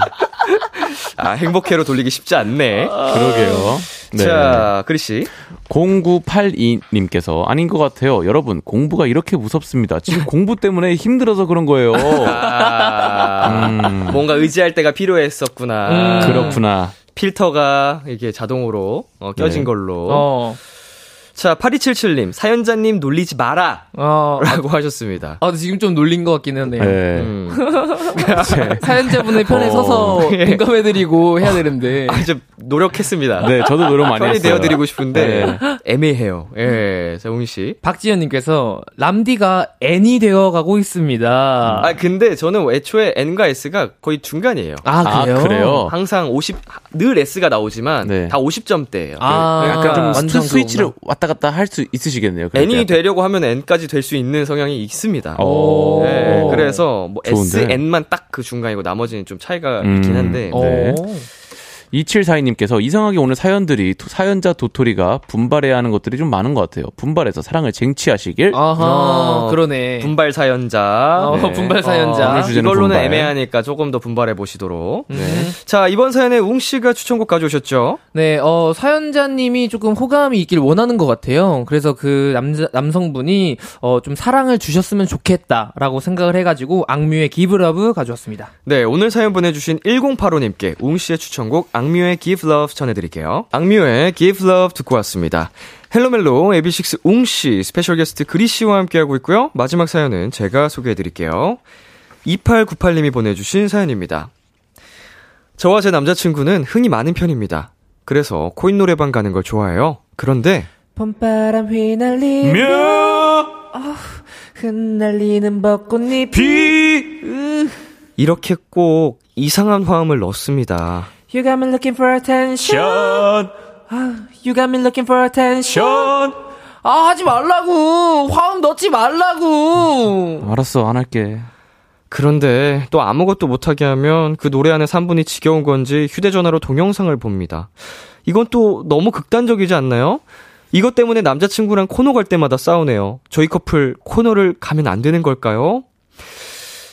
Speaker 2: 아 행복해로 돌리기 쉽지 않네.
Speaker 5: 그러게요. 아. 네.
Speaker 2: 자 그리 씨.
Speaker 5: 0982님께서 아닌 것 같아요. 여러분, 공부가 이렇게 무섭습니다. 지금 공부 때문에 힘들어서 그런
Speaker 2: [LAUGHS]
Speaker 5: 거예요.
Speaker 2: 아,
Speaker 5: 음.
Speaker 2: 뭔가 의지할 때가 필요했었구나.
Speaker 4: 음.
Speaker 5: 그렇구나.
Speaker 2: 필터가 이게 자동으로 어, 껴진
Speaker 5: 네.
Speaker 2: 걸로.
Speaker 4: 어.
Speaker 2: 자, 8277님, 사연자님 놀리지 마라!
Speaker 4: 어.
Speaker 2: 라고 하셨습니다.
Speaker 4: 아 지금 좀 놀린 것 같긴 하네요.
Speaker 5: 네.
Speaker 2: 음.
Speaker 4: 사연자분의 편에
Speaker 5: 어.
Speaker 4: 서서 공감해드리고 해야 되는데.
Speaker 2: 아, 이제 노력했습니다.
Speaker 5: 네, 저도 노력 많이
Speaker 2: 편이
Speaker 5: 했어요.
Speaker 2: 되어드리고 싶은데,
Speaker 5: 네.
Speaker 2: 애매해요. 예, 세웅씨.
Speaker 4: 박지현님께서 람디가 N이 되어 가고 있습니다.
Speaker 2: 아, 근데 저는 애초에 N과 S가 거의 중간이에요.
Speaker 5: 아, 그래요?
Speaker 2: 항상 50, 늘 S가 나오지만,
Speaker 5: 네.
Speaker 2: 다 50점대예요.
Speaker 4: 아,
Speaker 5: 약간 좀
Speaker 4: 완전
Speaker 5: 스트- 스위치를 왔다 갔다 할 수 있으시겠네요. 그럴
Speaker 2: N이
Speaker 5: 때.
Speaker 2: 되려고 하면 N까지 될 수 있는 성향이 있습니다.
Speaker 4: 어.
Speaker 5: 오.
Speaker 2: 네, 그래서 뭐 S,
Speaker 5: 좋은데?
Speaker 2: N만 딱 그 중간이고 나머지는 좀 차이가
Speaker 5: 음.
Speaker 2: 있긴 한데
Speaker 4: 그렇구나.
Speaker 5: 네.
Speaker 4: 오.
Speaker 5: 2742님께서 이상하게 오늘 사연들이 도- 사연자 도토리가 분발해야 하는 것들이 좀 많은 것 같아요. 분발해서 사랑을 쟁취하시길.
Speaker 4: 아하,
Speaker 2: 어,
Speaker 4: 그러네.
Speaker 2: 분발 사연자
Speaker 4: 어,
Speaker 2: 네.
Speaker 4: 분발 사연자.
Speaker 5: 오늘 주제는
Speaker 2: 이걸로는
Speaker 5: 분발.
Speaker 2: 애매하니까 조금 더 분발해 보시도록. 네.
Speaker 4: 음.
Speaker 2: 자 이번 사연에 웅 씨가 추천곡 가져오셨죠?
Speaker 4: 네, 어, 사연자님이 조금 호감이 있길 원하는 것 같아요. 그래서 그 남자, 남성분이, 어, 좀 사랑을 주셨으면 좋겠다라고 생각을 해가지고, 악뮤의 기브러브 가져왔습니다.
Speaker 2: 네 오늘 사연 보내주신 1085님께 웅 씨의 추천곡 악뮤의 Give Love 전해드릴게요. 악뮤의 Give Love 듣고 왔습니다. 헬로멜로 AB6 웅씨 스페셜 게스트 그리 씨와 함께하고 있고요. 마지막 사연은 제가 소개해드릴게요. 2898님이 보내주신 사연입니다. 저와 제 남자친구는 흥이 많은 편입니다. 그래서 코인 노래방 가는 걸 좋아해요. 그런데
Speaker 3: 봄바람 휘날리며 흩날리는 벚꽃잎이
Speaker 2: 이렇게 꼭 이상한 화음을 넣습니다.
Speaker 3: You got me looking for attention
Speaker 8: 션,
Speaker 3: You got me looking for attention
Speaker 8: 션.
Speaker 4: 아, 하지 말라고! 화음 넣지 말라고!
Speaker 5: 알았어, 안 할게.
Speaker 2: 그런데 또 아무것도 못하게 하면 그 노래하는 3분이 지겨운 건지 휴대전화로 동영상을 봅니다. 이건 또 너무 극단적이지 않나요? 이것 때문에 남자친구랑 코너 갈 때마다 싸우네요. 저희 커플 코너를 가면 안 되는 걸까요?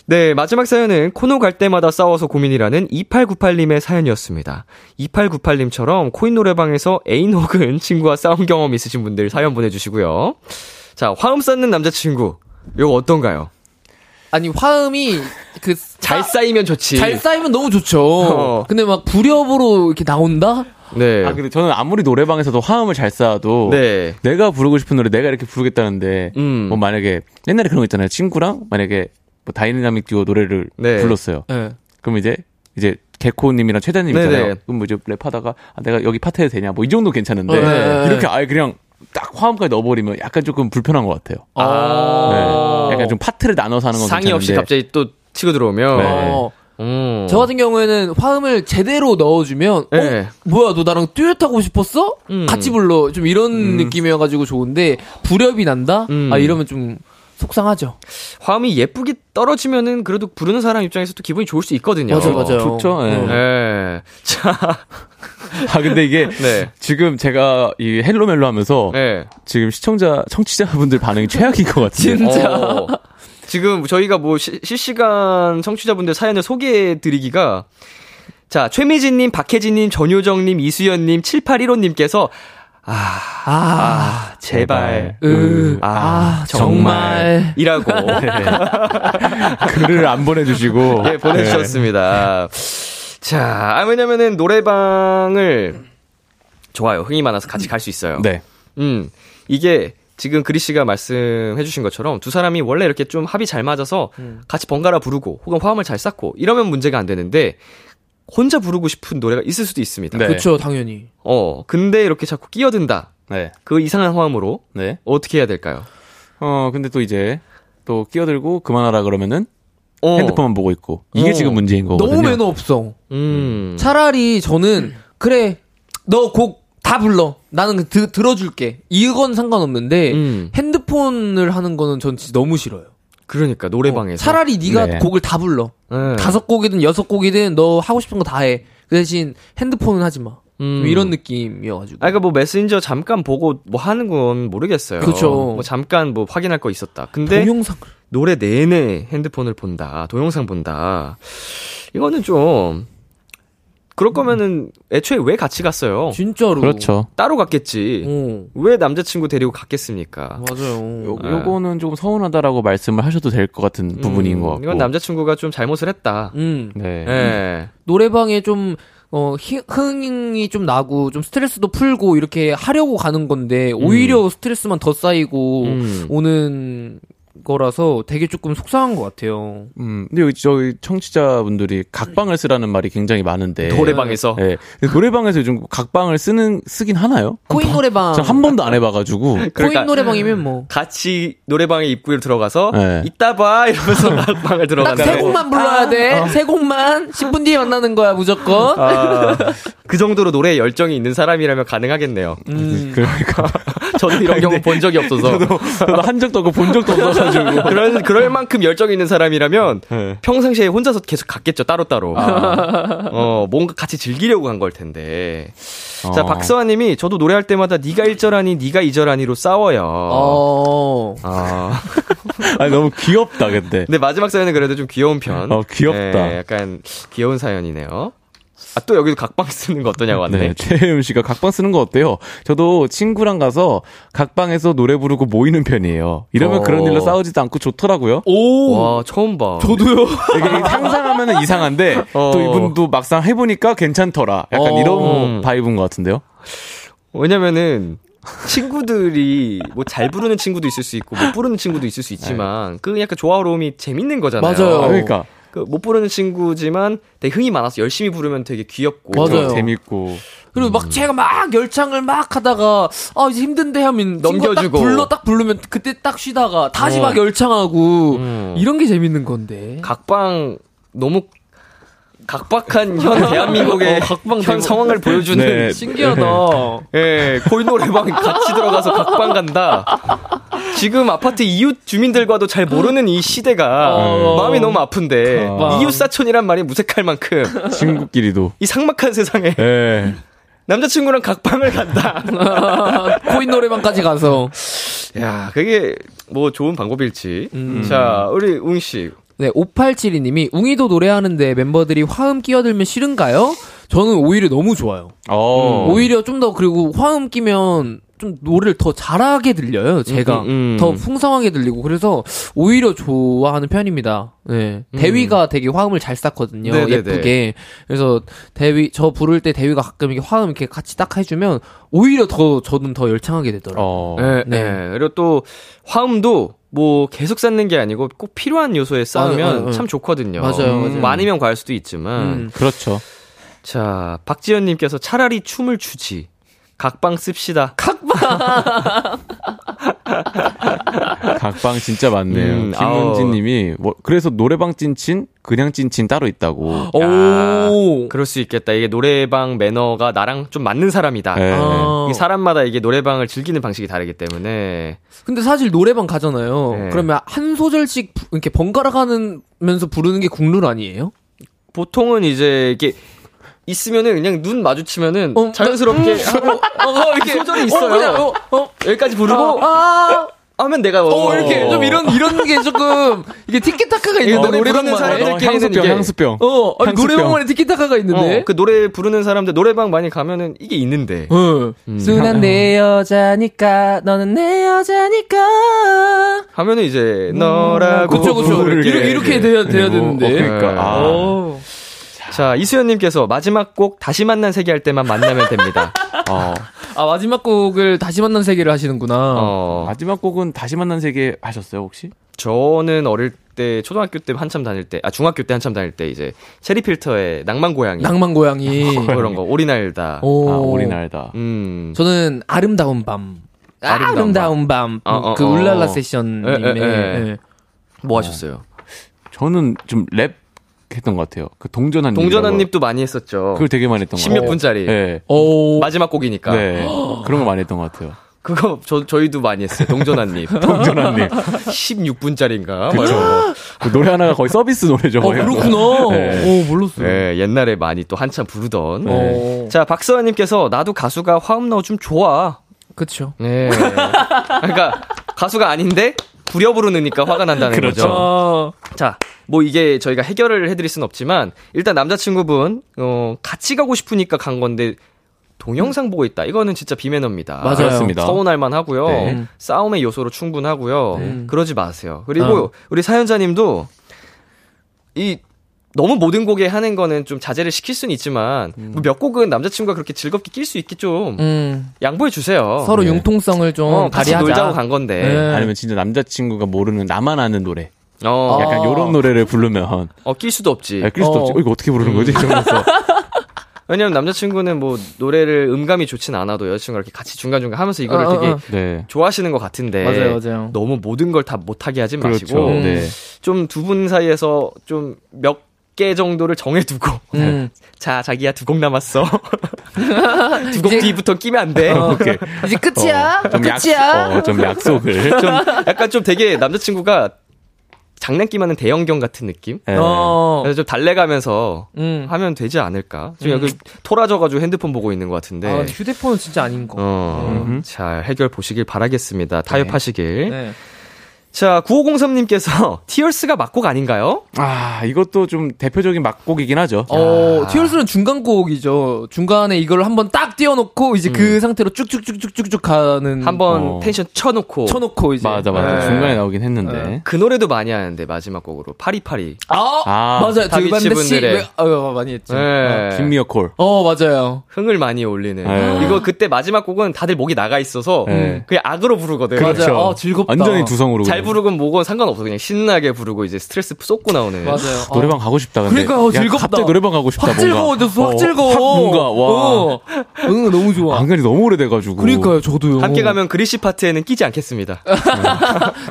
Speaker 2: 네, 마지막 사연은 코너 갈 때마다 싸워서 고민이라는 2898님의 사연이었습니다. 2898님처럼 코인 노래방에서 애인 혹은 친구와 싸운 경험 있으신 분들 사연 보내주시고요. 자, 화음 쌓는 남자친구. 요거 어떤가요?
Speaker 4: 아니, 화음이, 그,
Speaker 2: 잘 쌓이면 좋지.
Speaker 4: 잘 쌓이면 너무 좋죠.
Speaker 2: 어.
Speaker 4: 근데 막 불협으로 이렇게 나온다?
Speaker 2: 네.
Speaker 5: 아, 근데 저는 아무리 노래방에서도 화음을 잘 쌓아도.
Speaker 2: 네.
Speaker 5: 내가 부르고 싶은 노래 내가 이렇게 부르겠다는데
Speaker 2: 음.
Speaker 5: 뭐 만약에 옛날에 그런 거 있잖아요 친구랑 만약에 뭐 다이나믹 듀오 노래를
Speaker 2: 네.
Speaker 5: 불렀어요
Speaker 4: 예.
Speaker 5: 그럼 이제 이제 개코님이랑 최자님
Speaker 2: 네네.
Speaker 5: 있잖아요. 그럼 뭐 이제 랩하다가 아, 내가 여기 파트 해도 되냐? 뭐 이 정도 괜찮은데
Speaker 4: 네.
Speaker 5: 이렇게 아예 그냥 딱 화음까지 넣어버리면 약간 조금 불편한 것 같아요.
Speaker 4: 아.
Speaker 5: 네. 약간 좀 파트를 나눠서 하는 건
Speaker 2: 상의 없이
Speaker 5: 괜찮은데.
Speaker 2: 갑자기 또 치고 들어오면.
Speaker 5: 네.
Speaker 4: 어.
Speaker 2: 음.
Speaker 4: 저 같은 경우에는 화음을 제대로 넣어주면
Speaker 2: 네.
Speaker 4: 어 뭐야 너 나랑 듀엣하고 싶었어?
Speaker 2: 음.
Speaker 4: 같이 불러 좀 이런 느낌이어가지고 좋은데 불협이 난다?
Speaker 2: 음.
Speaker 4: 아 이러면 좀 속상하죠.
Speaker 2: 화음이 예쁘게 떨어지면은 그래도 부르는 사람 입장에서 또 기분이 좋을 수 있거든요.
Speaker 4: 맞아요, 맞아요.
Speaker 5: 좋죠. 예.
Speaker 2: 네. 자,
Speaker 5: 아 근데 이게
Speaker 2: 네.
Speaker 5: 지금 제가 이 헬로멜로 하면서
Speaker 2: 네.
Speaker 5: 지금 시청자 청취자분들 [LAUGHS] 반응이 최악인 것 같아요.
Speaker 2: 어, 지금 저희가 뭐 시- 실시간 청취자분들 사연을 소개해드리기가 자, 최미진님, 박혜진님, 전효정님, 이수연님, 7815님께서 아, 아, 제발.
Speaker 4: 으,
Speaker 2: 아,
Speaker 4: 아, 정말.
Speaker 2: 이라고
Speaker 4: [LAUGHS]
Speaker 5: 어, 글을 안 보내주시고
Speaker 2: 예, 보내주셨습니다. 자, 아, 왜냐면은 노래방을 좋아요. 흥이 많아서 같이 갈 수 있어요.
Speaker 5: [LAUGHS] 네.
Speaker 2: 음, 이게 지금 그리 씨가 말씀해주신 것처럼 두 사람이 원래 이렇게 좀 합이 잘 맞아서
Speaker 4: 음.
Speaker 2: 같이 번갈아 부르고 혹은 화음을 잘 쌓고 이러면 문제가 안 되는데 혼자 부르고 싶은 노래가 있을 수도 있습니다.
Speaker 5: 네.
Speaker 4: 그렇죠 당연히.
Speaker 2: 어, 근데 이렇게 자꾸 끼어든다.
Speaker 5: 네.
Speaker 2: 그 이상한 화음으로
Speaker 5: 네.
Speaker 2: 어떻게 해야 될까요?
Speaker 5: 어 근데 또 이제 또 끼어들고 그만하라 그러면은
Speaker 2: 어,
Speaker 5: 핸드폰만 보고 있고 이게
Speaker 2: 어.
Speaker 5: 지금 문제인 거거든요.
Speaker 4: 너무 매너 없어.
Speaker 2: 음,
Speaker 4: 차라리 저는 그래 너 곡 다 불러 나는 그 드, 들어줄게 이건 상관없는데
Speaker 2: 음.
Speaker 4: 핸드폰을 하는 거는 전 진짜 너무 싫어요.
Speaker 2: 그러니까
Speaker 4: 어,
Speaker 2: 노래방에서
Speaker 4: 차라리 네가
Speaker 5: 네.
Speaker 4: 곡을 다 불러
Speaker 2: 네.
Speaker 4: 다섯 곡이든 여섯 곡이든 너 하고 싶은 거 다 해. 그 대신 핸드폰은 하지 마. 좀
Speaker 2: 음.
Speaker 4: 이런 느낌이어가지고.
Speaker 2: 아, 그니까 뭐 메신저 잠깐 보고 뭐 하는 건 모르겠어요.
Speaker 4: 그쵸.
Speaker 2: 뭐 잠깐 뭐 확인할 거 있었다. 근데
Speaker 4: 동영상을.
Speaker 2: 노래 내내 핸드폰을 본다, 동영상 본다. 이거는 좀 그럴 거면은 애초에 왜 같이 갔어요?
Speaker 4: 진짜로.
Speaker 5: 그렇죠.
Speaker 2: 따로 갔겠지.
Speaker 4: 어,
Speaker 2: 왜 남자친구 데리고 갔겠습니까?
Speaker 5: 요,
Speaker 4: 맞아요.
Speaker 5: 네. 요거는 조금 서운하다라고 말씀을 하셔도 될 것 같은 부분인 것 같고.
Speaker 2: 음, 이건 남자친구가 좀 잘못을 했다.
Speaker 4: 음,
Speaker 5: 네.
Speaker 2: 예.
Speaker 4: 노래방에 좀, 어, 히- 흥이 좀 나고, 좀 스트레스도 풀고, 이렇게 하려고 가는 건데, 오히려 스트레스만 더 쌓이고,
Speaker 2: 음.
Speaker 4: 오는 거라서 되게 조금 속상한 것 같아요.
Speaker 5: 음, 근데 여기 저희 청취자분들이 각방을 쓰라는 말이 굉장히 많은데.
Speaker 2: 노래방에서
Speaker 5: 예. 근데 노래방에서 요즘 각방을 쓰는, 쓰긴 하나요?
Speaker 4: 코인 노래방.
Speaker 5: 전 한 번도 안 해봐가지고.
Speaker 2: 그러니까-
Speaker 4: 코인 노래방이면 뭐.
Speaker 2: 같이 노래방에 입구에 들어가서
Speaker 5: 예.
Speaker 2: 이따 봐 이러면서 방을
Speaker 5: [LAUGHS]
Speaker 4: 딱 세
Speaker 2: 들어간다고.
Speaker 4: 곡만 불러야 돼. 세 곡만. 10분 뒤에 만나는 거야, 무조건.
Speaker 2: 아, 그 정도로 노래에 열정이 있는 사람이라면 가능하겠네요.
Speaker 5: [LAUGHS]
Speaker 4: 음.
Speaker 5: 그러니까.
Speaker 2: 저도 이런 경우 본 적이 없어서.
Speaker 5: 네. 저도 한 적도 없고 본 적도 없어가지고.
Speaker 2: 그런 그럴 만큼 열정이 있는 사람이라면
Speaker 5: 네.
Speaker 2: 평상시에 혼자서 계속 갔겠죠 따로 따로
Speaker 5: 아.
Speaker 2: 어 뭔가 같이 즐기려고 간 걸 텐데 자
Speaker 5: 어.
Speaker 2: 박서아님이 저도 노래할 때마다 네가 1절하니 네가 2절하니로 싸워요
Speaker 4: 어.
Speaker 2: 아
Speaker 5: 아니, 너무 귀엽다,
Speaker 4: [LAUGHS]
Speaker 5: 근데.
Speaker 2: 근데 마지막 사연은 그래도 좀 귀여운 편
Speaker 5: 어, 귀엽다.
Speaker 2: 네, 약간 귀여운 사연이네요 아 또 여기도 각방 쓰는 거 어떠냐고 왔네
Speaker 5: 네, 최혜윤 씨가 각방 쓰는 거 어때요? 저도 친구랑 가서 각방에서 노래 부르고 모이는 편이에요. 이러면
Speaker 2: 어.
Speaker 5: 그런 일로 싸우지도 않고 좋더라고요.
Speaker 2: 와 처음 봐
Speaker 4: 어, 저도요.
Speaker 5: [LAUGHS] 이게 상상하면 이상한데
Speaker 2: 어.
Speaker 5: 또 이분도 막상 해보니까 괜찮더라. 약간
Speaker 4: 어.
Speaker 5: 이런 바이브인 것 같은데요.
Speaker 2: 왜냐면은 친구들이 뭐 잘 부르는 친구도 있을 수 있고 못 부르는 친구도 있을 수 있지만 그 약간 조화로움이 재밌는 거잖아요
Speaker 4: 네. 맞아요.
Speaker 5: 아, 그러니까
Speaker 2: 그 못 부르는 친구지만 되게 흥이 많아서 열심히 부르면 되게 귀엽고
Speaker 4: 맞아요.
Speaker 5: 좀 재밌고
Speaker 4: 그리고
Speaker 2: 음.
Speaker 4: 막 제가 막 열창을 막 하다가 아 이제 힘든데 하면 친구가
Speaker 2: 넘겨주고.
Speaker 4: 딱
Speaker 2: 어.
Speaker 4: 불러 딱 부르면 그때 딱 쉬다가 다시 막 열창하고
Speaker 2: 음.
Speaker 4: 이런 게 재밌는 건데.
Speaker 2: 각방 너무
Speaker 4: [LAUGHS]
Speaker 2: 각박한 현
Speaker 4: 어,
Speaker 2: 대한민국의 현 상황을 보여주는 [LAUGHS]
Speaker 5: 네.
Speaker 4: 신기하다. [LAUGHS]
Speaker 2: 예 코인 노래방 같이 들어가서 각방 간다. 지금 아파트 이웃 주민들과도 잘 모르는 이 시대가
Speaker 4: 어.
Speaker 2: 마음이 너무 아픈데
Speaker 4: 각방.
Speaker 2: 이웃 사촌이란 말이 무색할 만큼
Speaker 5: 친구끼리도.
Speaker 2: 이 삭막한 세상에 [LAUGHS]
Speaker 5: 예.
Speaker 2: 남자친구랑 각방을 간다.
Speaker 4: 코인 노래방까지 가서.
Speaker 2: [LAUGHS] 야 그게 뭐 좋은 방법일지. 자 우리 웅 씨.
Speaker 4: 네, 5872님이 웅이도 노래하는데 멤버들이 화음 끼어들면 싫은가요? 저는 음, 오히려 너무 좋아요.
Speaker 5: 어.
Speaker 4: 오히려 좀 더 그리고 화음 끼면 좀 노래를 더 잘하게 들려요. 제가
Speaker 2: 음, 음, 음.
Speaker 4: 더 풍성하게 들리고 그래서 오히려 좋아하는 편입니다. 네.
Speaker 2: 음.
Speaker 4: 대위가 되게 화음을 잘 쌓거든요.
Speaker 2: 네네네.
Speaker 4: 예쁘게. 그래서 대위 저 부를 때 대위가 가끔 이렇게 화음 이렇게 같이 딱 해주면 오히려 더 저는 더 열창하게 되더라고요.
Speaker 5: 어.
Speaker 2: 예,
Speaker 4: 네.
Speaker 2: 예. 그리고 또 화음도 뭐 계속 쌓는 게 아니고 꼭 필요한 요소에 쌓으면
Speaker 4: 아, 아, 아.
Speaker 2: 참 좋거든요. 음.
Speaker 4: 맞아요, 맞아요.
Speaker 2: 많으면 과할 수도 있지만.
Speaker 4: 음.
Speaker 5: 그렇죠.
Speaker 2: 자, 박지현님께서 차라리 춤을 추지. 각방 씁시다.
Speaker 5: 각방 진짜 많네요.
Speaker 2: 음, 아우.
Speaker 5: 김은지님이 뭐, 그래서 노래방 찐친 그냥 찐친 따로 있다고.
Speaker 4: 오.
Speaker 2: [LAUGHS] 그럴 수 있겠다. 이게 노래방 매너가 나랑 좀 맞는 사람이다.
Speaker 5: 예.
Speaker 4: 아.
Speaker 2: 이 사람마다 이게 노래방을 즐기는 방식이 다르기 때문에
Speaker 4: 근데 사실 노래방 가잖아요.
Speaker 2: 네.
Speaker 4: 그러면 한 소절씩 부- 이렇게 번갈아 가면서 부르는 게 국룰 아니에요?
Speaker 2: 보통은 이제 이게 있으면은 그냥 눈 마주치면은
Speaker 4: 어,
Speaker 2: 자연스럽게 하고
Speaker 4: 이렇게
Speaker 2: 소절이
Speaker 4: 어,
Speaker 2: 있어요.
Speaker 4: 그냥, 어, 어,
Speaker 2: 여기까지 부르고
Speaker 4: 아,
Speaker 2: 하면 내가
Speaker 4: 어, 이렇게 좀 이런 이런 게 조금 이게 티키타카가 있는
Speaker 2: 어,
Speaker 4: 노래
Speaker 2: 노래 부르는
Speaker 4: 부르는
Speaker 2: 사람들
Speaker 4: 사람.
Speaker 5: 어,
Speaker 2: 애들끼리는
Speaker 5: 향수병
Speaker 2: 이게-
Speaker 5: 향수병.
Speaker 4: 어, 아니,
Speaker 5: 향수병.
Speaker 4: 노래방만에 티키타카가 있는데.
Speaker 2: 어, 그 노래 부르는 사람들 노래방 많이 가면은 이게 있는데
Speaker 4: 네. 어.
Speaker 2: 음.
Speaker 3: 순한 내
Speaker 2: 어.
Speaker 3: 여자니까 너는 내 여자니까
Speaker 2: 하면은 이제 너라고
Speaker 4: 음. 그쵸, 그쵸.
Speaker 2: 부를게.
Speaker 4: 이렇게, 이렇게 돼야, 돼야
Speaker 5: 그리고, 어,
Speaker 4: 되는데.
Speaker 5: 그러니까. 아.
Speaker 4: 어.
Speaker 2: 자 이수연님께서 마지막 곡 다시 만난 세계 할 때만 만나면
Speaker 4: [LAUGHS]
Speaker 2: 됩니다.
Speaker 5: 어.
Speaker 4: 아, 마지막 곡을 다시 만난 세계를 하시는구나.
Speaker 2: 어,
Speaker 5: 마지막 곡은 다시 만난 세계 하셨어요 혹시?
Speaker 2: 저는 어릴 때 초등학교 때 한참 다닐 때 아 중학교 때 한참 다닐 때 이제 체리 필터의 낭만 고양이
Speaker 4: 낭만 고양이.
Speaker 2: 그런 거 오리 날다.
Speaker 4: 오.
Speaker 5: 아 우리 날다.
Speaker 2: 음.
Speaker 4: 저는 아름다운 밤. 아,
Speaker 2: 아름다운
Speaker 4: 아름다운 밤.
Speaker 2: 어, 어,
Speaker 4: 그
Speaker 2: 어.
Speaker 4: 울랄라 세션님의.
Speaker 2: 에, 에, 에.
Speaker 4: 예.
Speaker 2: 뭐 하셨어요?
Speaker 5: 저는 좀 랩 했던 것 같아요. 그 동전 한
Speaker 2: 동전 한
Speaker 5: 입이라고.
Speaker 2: 입도 많이 했었죠.
Speaker 5: 그걸 되게 많이 했던 것
Speaker 2: 십몇
Speaker 5: 같아요.
Speaker 2: 분짜리. 그러니까.
Speaker 5: 예.
Speaker 4: 오.
Speaker 2: 마지막 곡이니까.
Speaker 5: 네.
Speaker 2: [GASPS]
Speaker 5: 그런 거 많이 했던 것 같아요.
Speaker 2: 그거 저, 저희도 많이 했어요. 동전 한 입.
Speaker 5: [LAUGHS] 동전 한
Speaker 2: [LAUGHS]
Speaker 5: 입.
Speaker 2: 16분짜리인가?
Speaker 5: 그쵸. 그 노래 하나가 거의 서비스 노래죠.
Speaker 4: 어,
Speaker 5: 거의.
Speaker 4: 그렇구나.
Speaker 5: 네.
Speaker 4: 오, 몰랐어요.
Speaker 2: 네, 옛날에 많이 또 한참 부르던. 네.
Speaker 4: 오.
Speaker 2: 자, 박서연님께서 나도 가수가 화음 넣어 좀 좋아.
Speaker 4: 그쵸.
Speaker 2: 네. [LAUGHS] 그러니까 가수가 아닌데 부려 부르니까 화가 난다는
Speaker 5: 그렇죠.
Speaker 2: 거죠.
Speaker 4: 아,
Speaker 2: 자, 뭐 이게 저희가 해결을 해드릴 순 없지만 일단 남자친구분 어, 같이 가고 싶으니까 간 건데 동영상 보고 있다. 이거는 진짜 비매너입니다.
Speaker 4: 맞아요.
Speaker 5: 그렇습니다.
Speaker 2: 서운할 만하고요.
Speaker 4: 음.
Speaker 5: 네.
Speaker 2: 싸움의 요소로 충분하고요.
Speaker 4: 네.
Speaker 2: 그러지 마세요. 그리고
Speaker 5: 아.
Speaker 2: 우리 사연자님도 이 너무 모든 곡에 하는 거는 좀 자제를 시킬 수는 있지만 뭐몇 곡은 남자친구가 그렇게 즐겁게 낄 수 있게 좀
Speaker 4: 음.
Speaker 2: 양보해 주세요.
Speaker 4: 서로
Speaker 2: 네.
Speaker 4: 융통성을 좀
Speaker 2: 어, 같이
Speaker 4: 발휘하자.
Speaker 2: 놀자고 간 건데
Speaker 4: 네.
Speaker 5: 아니면 진짜 남자친구가 모르는 나만 아는 노래.
Speaker 2: 어,
Speaker 5: 약간
Speaker 4: 아.
Speaker 5: 요런 노래를 부르면
Speaker 2: 어, 음. 낄 수도 없지.
Speaker 5: 아, 그리스도
Speaker 4: 어.
Speaker 5: 없지. 어, 이거 어떻게 부르는 거지?
Speaker 2: [LAUGHS]
Speaker 5: 이러면서
Speaker 2: 왜냐면 남자친구는 뭐 노래를 음감이 좋진 않아도 여자친구가 이렇게 같이 중간중간 하면서 이거를
Speaker 4: 어, 어,
Speaker 2: 되게
Speaker 4: 어.
Speaker 5: 네.
Speaker 2: 좋아하시는 것 같은데
Speaker 4: 맞아요, 맞아요.
Speaker 2: 너무 모든 걸 다 못하게 하지
Speaker 5: 그렇죠.
Speaker 2: 마시고
Speaker 4: 음.
Speaker 5: 네.
Speaker 2: 좀 두 분 사이에서 좀 몇 개 정도를 정해두고
Speaker 4: 음.
Speaker 2: [LAUGHS] 자 자기야 두 곡
Speaker 4: [LAUGHS]
Speaker 2: 남았어 두 곡
Speaker 4: 이제- 어.
Speaker 2: 뒤부터 끼면 안돼
Speaker 5: 오케이.
Speaker 4: 이제 끝이야?
Speaker 5: 좀 약,
Speaker 4: 끝이야?
Speaker 5: 어,
Speaker 2: [LAUGHS]
Speaker 5: 좀 약속을.
Speaker 2: [LAUGHS] 좀 약간 좀 되게 남자친구가 장난기 많은 대형견 같은 느낌
Speaker 5: 네.
Speaker 4: 어.
Speaker 2: 그래서 좀 달래가면서
Speaker 4: 음.
Speaker 2: 하면 되지 않을까 지금 약간 토라져가지고 핸드폰 보고 있는 것 같은데
Speaker 4: 아, 휴대폰은 진짜 아닌 거.
Speaker 2: 네. 어,
Speaker 5: 음흠.
Speaker 2: 잘 해결 보시길 바라겠습니다. 타협하시길.
Speaker 4: 네.
Speaker 2: 자, 9503님께서 [LAUGHS] 티얼스가 막곡 아닌가요?
Speaker 5: 아, 이것도 좀 대표적인 막곡이긴 하죠.
Speaker 4: 어, 티얼스는 중간곡이죠. 중간에 이걸 한번 딱 띄워놓고, 이제
Speaker 5: 음.
Speaker 4: 그 상태로 쭉쭉쭉쭉쭉쭉 가는.
Speaker 2: 한번
Speaker 5: 어.
Speaker 2: 텐션 쳐놓고
Speaker 4: 쳐놓고, 이제.
Speaker 5: 맞아, 맞아.
Speaker 2: 네.
Speaker 5: 중간에 나오긴 했는데.
Speaker 2: 그 노래도 많이 하는데 마지막 곡으로 파리파리.
Speaker 4: 아,
Speaker 5: 아.
Speaker 4: 맞아요.
Speaker 2: 다비치
Speaker 4: 들반대 씨.
Speaker 2: 분들의.
Speaker 4: 왜- 어, 많이 했죠.
Speaker 2: 네.
Speaker 5: 김미어 콜.
Speaker 4: 어, 맞아요.
Speaker 2: 흥을 많이 올리는.
Speaker 5: 네.
Speaker 2: 이거 그때 마지막 곡은 다들 목이 나가 있어서 음,
Speaker 5: 네. 그렇죠.
Speaker 2: 그냥 악으로 부르거든.
Speaker 4: 맞아요. 어, 즐겁다.
Speaker 5: 완전히 두성으로.
Speaker 2: 잘
Speaker 5: 그냥.
Speaker 2: 부르건 뭐건 상관없어. 그냥 신나게 부르고 이제 스트레스 쏟고 나오는.
Speaker 4: 맞아요. 어.
Speaker 5: 노래방 가고 싶다. 근데.
Speaker 4: 그러니까요,
Speaker 5: 야,
Speaker 4: 즐겁다.
Speaker 5: 갑자기 노래방 가고 싶다.
Speaker 4: 확 즐거워졌어, 확
Speaker 5: 어,
Speaker 4: 즐거워.
Speaker 5: 확 뭔가, 와.
Speaker 4: 어. 응, 너무 좋아.
Speaker 5: 안간이 너무 오래돼가지고.
Speaker 4: 그러니까요, 저도요.
Speaker 2: 함께 가면 그리시 파트에는 끼지 않겠습니다.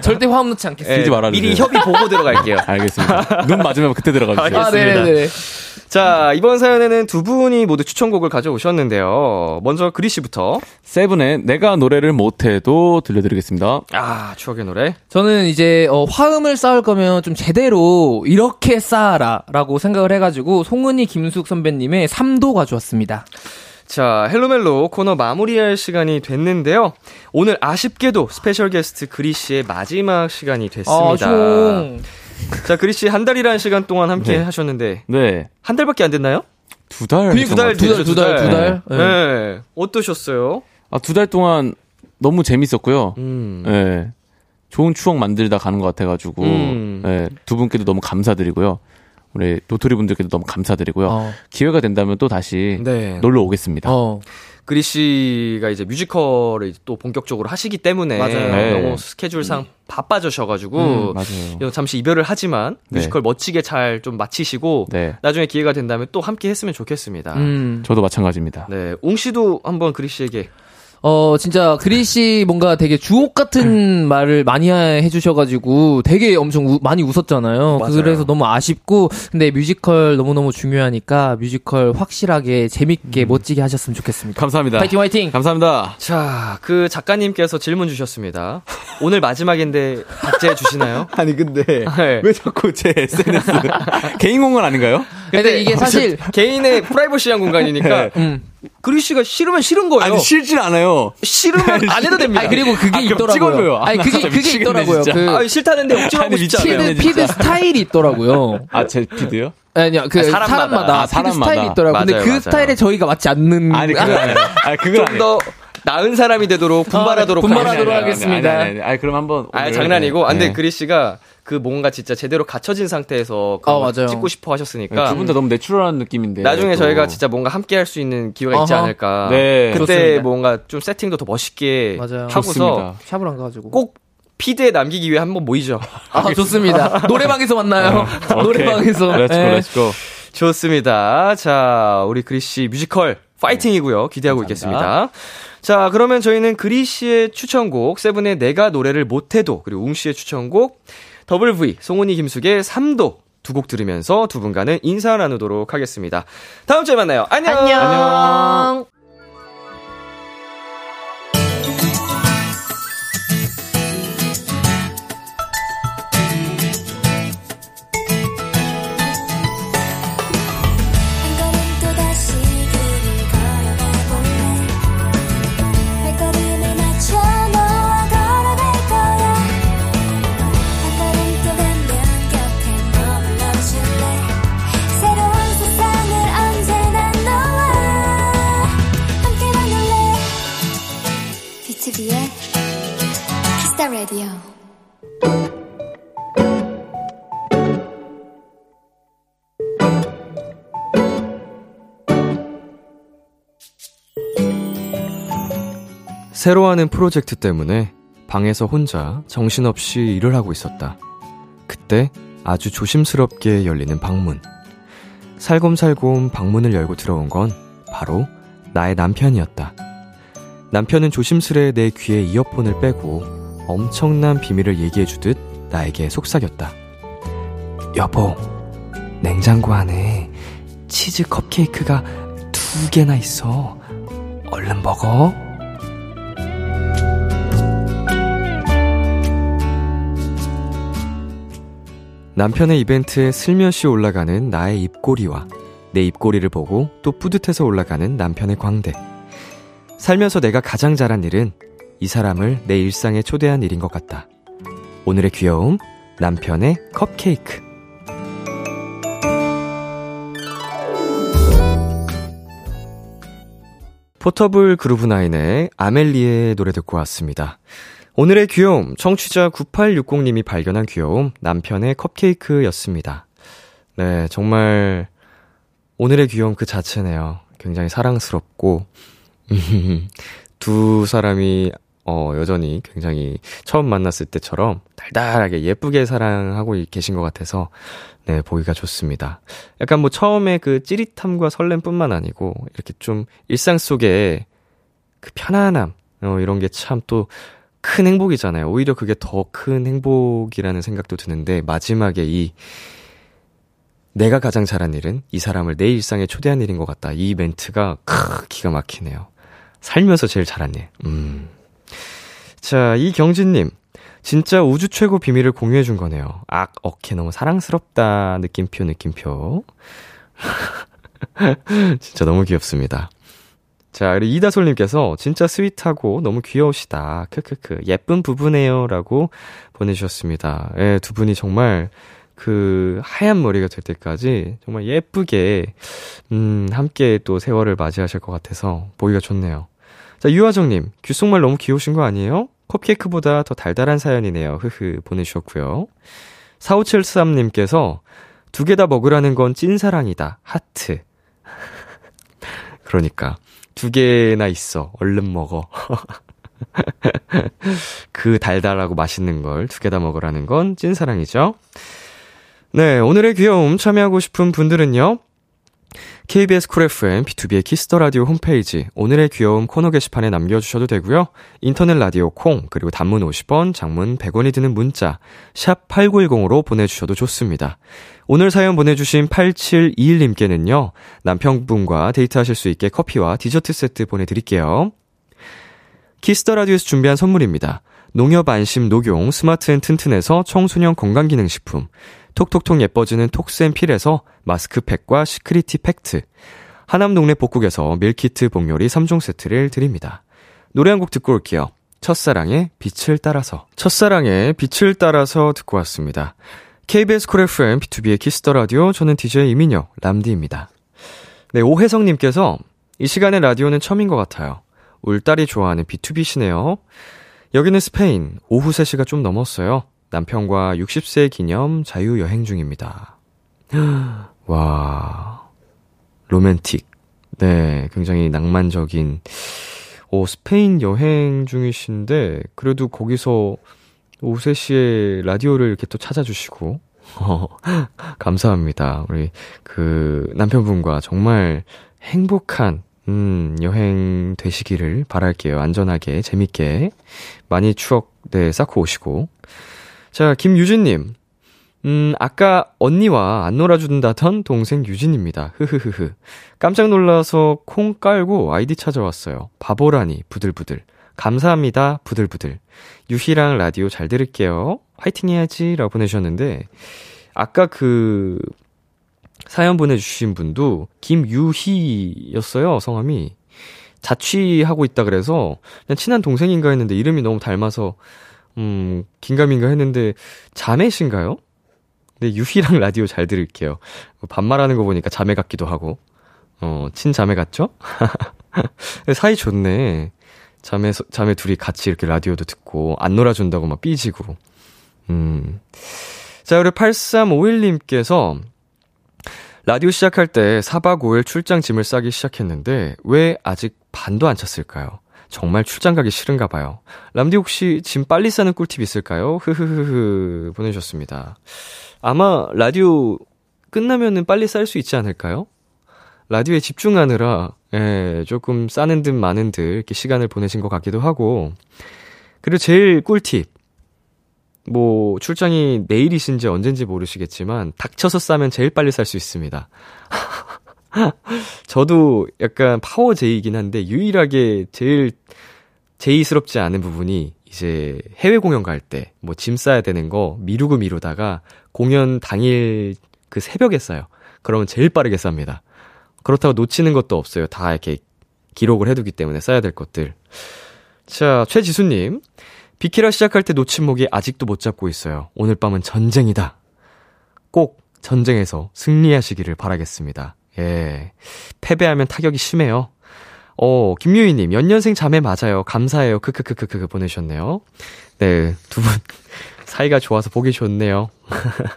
Speaker 4: 절대 화음 넣지 않겠어요.
Speaker 5: [LAUGHS] 끼지
Speaker 2: 예,
Speaker 5: 말아주세요.
Speaker 2: 미리 협의 보고 들어갈게요.
Speaker 5: 알겠습니다. 눈 맞으면 그때 들어가 주세요.
Speaker 4: 아, 네네네.
Speaker 2: 자, 이번 사연에는 두 분이 모두 추천곡을 가져오셨는데요. 먼저 그리 씨부터.
Speaker 5: 세븐의 내가 노래를 못해도 들려드리겠습니다.
Speaker 2: 아, 추억의 노래.
Speaker 4: 저는 이제 어, 화음을 쌓을 거면 좀 제대로 이렇게 쌓아라라고 생각을 해가지고 송은이 김숙 선배님의 3도 가져왔습니다.
Speaker 2: 자, 헬로멜로 코너 마무리할 시간이 됐는데요. 오늘 아쉽게도 스페셜 게스트 그리 씨의 마지막 시간이
Speaker 4: 아,
Speaker 2: 됐습니다.
Speaker 4: 총.
Speaker 2: 자, 그리 씨 한 달이라는 시간 동안 함께
Speaker 5: 네.
Speaker 2: 하셨는데
Speaker 5: 네.
Speaker 2: 한 달밖에 안 됐나요?
Speaker 5: 두 달.
Speaker 2: 그냥 두 달,
Speaker 4: 두 달,
Speaker 2: 됐죠,
Speaker 4: 네. 두 달, 두 달.
Speaker 2: 네. 어떠셨어요?
Speaker 5: 아, 두 달 동안 너무 재밌었고요.
Speaker 2: 음.
Speaker 5: 예. 좋은 추억 만들다 가는 것 같아가지고
Speaker 2: 음.
Speaker 5: 예, 두 분께도 너무 감사드리고요. 우리 도토리 분들께도 너무 감사드리고요.
Speaker 4: 어.
Speaker 5: 기회가 된다면 또 다시
Speaker 2: 네.
Speaker 5: 놀러 오겠습니다.
Speaker 4: 어.
Speaker 2: 그리 씨가 이제 뮤지컬을 이제 또 본격적으로 하시기 때문에
Speaker 4: 맞아요.
Speaker 5: 네. 음,
Speaker 2: 너무 스케줄상 바빠져셔가지고
Speaker 5: 맞아요.
Speaker 2: 잠시 이별을 하지만
Speaker 5: 그렇죠. 네.
Speaker 2: 뮤지컬 멋지게 잘 좀 마치시고
Speaker 5: 네,
Speaker 2: 나중에 기회가 된다면 또 함께 했으면 좋겠습니다.
Speaker 4: 음.
Speaker 5: 저도 마찬가지입니다.
Speaker 2: 네, 웅 씨도 한번 그리 씨에게
Speaker 4: 어, 진짜, 그리씨 뭔가 되게 주옥 같은 말을 많이 해주셔가지고 되게 엄청 우- 많이 웃었잖아요. 그래서 너무 아쉽고, 근데 뮤지컬 너무너무 중요하니까 뮤지컬 확실하게 재밌게 멋지게 하셨으면 좋겠습니다.
Speaker 5: 감사합니다.
Speaker 4: 파이팅, 파이팅!
Speaker 5: 감사합니다.
Speaker 2: 자, 그 작가님께서 질문 주셨습니다. 오늘 마지막인데 박제해 주시나요?
Speaker 5: [LAUGHS] 아니 근데
Speaker 2: 네.
Speaker 5: 왜 자꾸 제 SNS
Speaker 2: [LAUGHS]
Speaker 5: 개인 공간 아닌가요?
Speaker 4: 근데 이게 사실,
Speaker 2: 개인의 프라이버시한 공간이니까
Speaker 4: 음.
Speaker 2: 그리 씨가 싫으면 싫은 거예요.
Speaker 5: 네. 아니 싫진 않아요.
Speaker 2: 싫으면 안 해도 됩니다.
Speaker 4: 아 그리고 그게
Speaker 5: 그럼
Speaker 4: 있더라고요.
Speaker 5: 찍어줘요.
Speaker 4: 아니
Speaker 5: 아,
Speaker 4: 그게
Speaker 5: 진짜
Speaker 4: 그게
Speaker 5: 미치겠네,
Speaker 4: 있더라고요.
Speaker 5: 진짜.
Speaker 4: 그
Speaker 2: 아, 싫다는데 억지로 하고
Speaker 5: 아니,
Speaker 2: 싶지
Speaker 5: 미치겠네.
Speaker 2: 않아요.
Speaker 4: 피드 피드 스타일이 있더라고요.
Speaker 5: 아제 피드요?
Speaker 4: 아니야 그
Speaker 2: 사람마다.
Speaker 4: 사람마다,
Speaker 5: 아,
Speaker 4: 피드
Speaker 5: 사람마다.
Speaker 4: 스타일이 있더라고. 근데
Speaker 2: 맞아요,
Speaker 4: 그
Speaker 2: 맞아요.
Speaker 4: 스타일에 저희가 맞지 않는.
Speaker 5: 아니 그건 아니에요. 아 그건
Speaker 2: 좀
Speaker 5: 아니에요.
Speaker 2: 더 나은 사람이 되도록 분발하도록
Speaker 4: 아, 네, 분발하도록
Speaker 2: 하겠습니다.
Speaker 4: 하겠습니다.
Speaker 5: 아니, 아니, 아니, 그럼 한번.
Speaker 2: 아
Speaker 5: 오늘-
Speaker 2: 장난이고 안돼
Speaker 5: 네.
Speaker 2: 그리 씨가 그 뭔가 진짜 제대로 갇혀진 상태에서
Speaker 4: 아,
Speaker 2: 그거
Speaker 4: 맞아요.
Speaker 2: 찍고 싶어
Speaker 5: 네,
Speaker 2: 하셨으니까
Speaker 5: 두분 다 너무 내추럴한 느낌인데.
Speaker 2: 나중에
Speaker 5: 또.
Speaker 2: 저희가 진짜 뭔가 함께 할 수 있는 기회가 있지
Speaker 4: 어허.
Speaker 2: 않을까.
Speaker 5: 네.
Speaker 2: 그때
Speaker 4: 좋습니다.
Speaker 2: 뭔가 좀 세팅도 더 멋있게
Speaker 4: 맞아요.
Speaker 2: 하고서
Speaker 5: 좋습니다.
Speaker 4: 샵을 안 가가지고.
Speaker 2: 꼭 피드에 남기기 위해 한번 모이죠.
Speaker 4: 아
Speaker 5: [LAUGHS]
Speaker 4: 좋습니다. 노래방에서 만나요. [LAUGHS] 노래방에서.
Speaker 5: 어, 렛츠고,
Speaker 4: 예.
Speaker 5: 렛츠고.
Speaker 2: 좋습니다. 자, 우리 그리 씨 뮤지컬 파이팅이고요. 기대하고
Speaker 5: 네, 감사합니다.
Speaker 2: 있겠습니다. 자, 그러면 저희는 그리 씨의 추천곡 세븐의 내가 노래를 못해도 그리고 웅 씨의 추천곡 더블 V 송은이 김숙의 3도 두 곡 들으면서 두 분과는 인사 나누도록 하겠습니다. 다음 주에 만나요. 안녕. 안녕.
Speaker 9: 한 걸음 또다시 길을 걸어가볼래 발걸음에 맞춰 너와 걸어갈 거야 한 걸음 또 가면 곁에 머물러줄래 새로운 세상을 언제나 너와 함께 만들래 BTOB의 키스타 라디오
Speaker 2: 새로 하는 프로젝트 때문에 방에서 혼자 정신없이 일을 하고 있었다. 그때 아주 조심스럽게 열리는 방문. 살곰살곰 방문을 열고 들어온 건 바로 나의 남편이었다. 남편은 조심스레 내 귀에 이어폰을 빼고 엄청난 비밀을 얘기해주듯 나에게 속삭였다. 여보, 냉장고 안에 치즈 컵케이크가 두 개나 있어. 얼른 먹어. 남편의 이벤트에 슬며시 올라가는 나의 입꼬리와 내 입꼬리를 보고 또 뿌듯해서 올라가는 남편의 광대. 살면서 내가 가장 잘한 일은 이 사람을 내 일상에 초대한 일인 것 같다. 오늘의 귀여움, 남편의 컵케이크. 포터블 그루브나인의 아멜리의 노래 듣고 왔습니다. 오늘의 귀여움, 청취자 9860님이 발견한 귀여움, 남편의 컵케이크였습니다. 네, 정말, 오늘의 귀여움 그 자체네요. 굉장히 사랑스럽고, [LAUGHS] 두 사람이, 어, 여전히 굉장히 처음 만났을 때처럼 달달하게 예쁘게 사랑하고 계신 것 같아서, 네, 보기가 좋습니다. 약간 뭐 처음에 그 찌릿함과 설렘뿐만 아니고, 이렇게 좀 일상 속에 그 편안함, 어, 이런 게 참 또, 큰 행복이잖아요. 오히려 그게 더 큰 행복이라는 생각도 드는데 마지막에 이 내가 가장 잘한 일은 이 사람을 내 일상에 초대한 일인 것 같다. 이 멘트가 크 기가 막히네요. 살면서 제일 잘한 일. 음. 자, 이 경진님. 진짜 우주 최고 비밀을 공유해 준 거네요. 악, 어케 너무 사랑스럽다. 느낌표, 느낌표. [LAUGHS] 진짜 너무 귀엽습니다. 자, 그리고 이다솔님께서 진짜 스윗하고 너무 귀여우시다. 크크크. 예쁜 부부네요. 라고 보내주셨습니다. 예, 두 분이 정말 그 하얀 머리가 될 때까지 정말 예쁘게, 음, 함께 또 세월을 맞이하실 것 같아서 보기가 좋네요. 자, 유화정님, 귓속말 너무 귀여우신 거 아니에요? 컵케이크보다 더 달달한 사연이네요. 흐흐, 보내주셨고요. 4573님께서 두 개 다 먹으라는 건 찐사랑이다. 하트. [LAUGHS] 그러니까. 두 개나 있어. 얼른 먹어. [LAUGHS] 그 달달하고 맛있는 걸 두 개 다 먹으라는 건 찐사랑이죠. 네, 오늘의 귀여움 참여하고 싶은 분들은요. KBS 쿨 FM, B2B의 키스터 라디오 홈페이지, 오늘의 귀여움 코너 게시판에 남겨주셔도 되고요. 인터넷 라디오 콩, 그리고 단문 50원, 장문 100원이 드는 문자, 샵 8910으로 보내주셔도 좋습니다. 오늘 사연 보내주신 8721님께는요, 남편분과 데이트하실 수 있게 커피와 디저트 세트 보내드릴게요. 키스터 라디오에서 준비한 선물입니다. 농협 안심 녹용 스마트 앤 튼튼에서 청소년 건강기능식품, 톡톡톡 예뻐지는 톡스앤필에서 마스크팩과 시크리티 팩트, 하남 동네 복국에서 밀키트 복요리 3종 세트를 드립니다. 노래 한 곡 듣고 올게요. 첫사랑의 빛을 따라서. 첫사랑의 빛을 따라서 듣고 왔습니다. KBS 콜 FM B2B의 키스터 라디오 저는 DJ 이민혁 람디입니다. 네, 오혜성님께서 이 시간에 라디오는 처음인 것 같아요. 울딸이 좋아하는 B2B시네요. 여기는 스페인, 오후 3시가 좀 넘었어요. 남편과 60세 기념 자유여행 중입니다. [GASPS] 와, 로맨틱. 네, 굉장히 낭만적인. 오, 스페인 여행 중이신데, 그래도 거기서 오후 3시에 라디오를 이렇게 또 찾아주시고, [LAUGHS] 어, 감사합니다. 우리 그 남편분과 정말 행복한 음, 여행 되시기를 바랄게요. 안전하게, 재밌게. 많이 추억, 네, 쌓고 오시고. 자, 김유진님. 음, 아까 언니와 안 놀아준다던 동생 유진입니다. 흐흐흐흐. 깜짝 놀라서 콩 깔고 아이디 찾아왔어요. 바보라니, 부들부들. 감사합니다, 부들부들. 유희랑 라디오 잘 들을게요. 화이팅 해야지. 라고 보내셨는데, 아까 그, 사연 보내주신 분도 김유희였어요, 성함이. 자취하고 있다 그래서 그냥 친한 동생인가 했는데 이름이 너무 닮아서, 음, 긴가민가 했는데 자매신가요? 네, 유희랑 [LAUGHS] 라디오 잘 들을게요. 반말하는 거 보니까 자매 같기도 하고. 어, 친자매 같죠? [LAUGHS] 사이 좋네. 자매, 서- 자매 둘이 같이 이렇게 라디오도 듣고, 안 놀아준다고 막 삐지고. 음. 자, 우리 8351님께서, 라디오 시작할 때 4박 5일 출장 짐을 싸기 시작했는데 왜 아직 반도 안 찼을까요? 정말 출장 가기 싫은가 봐요. 람디 혹시 짐 빨리 싸는 꿀팁 있을까요? 흐흐흐흐 보내주셨습니다. 아마 라디오 끝나면은 빨리 쌀 수 있지 않을까요? 라디오에 집중하느라 예, 조금 싸는 듯 마는 듯 이렇게 시간을 보내신 것 같기도 하고 그리고 제일 꿀팁 뭐 출장이 내일이신지 언젠지 모르시겠지만 닥쳐서 싸면 제일 빨리 살 수 있습니다. [LAUGHS] 저도 약간 파워 제이긴 한데 유일하게 제일 제이스럽지 않은 부분이 이제 해외 공연 갈 때 뭐 짐 싸야 되는 거 미루고 미루다가 공연 당일 그 새벽에 싸요. 그러면 제일 빠르게 쌉니다. 그렇다고 놓치는 것도 없어요. 다 이렇게 기록을 해두기 때문에 써야 될 것들. 자, 최지수님. 비키라 시작할 때 놓친 목이 아직도 못 잡고 있어요. 오늘 밤은 전쟁이다. 꼭 전쟁에서 승리하시기를 바라겠습니다. 예. 패배하면 타격이 심해요. 어, 김유희님, 연년생 자매 맞아요. 감사해요. 크크크크크 보내셨네요. 네, 두 분 [LAUGHS] 사이가 좋아서 보기 좋네요.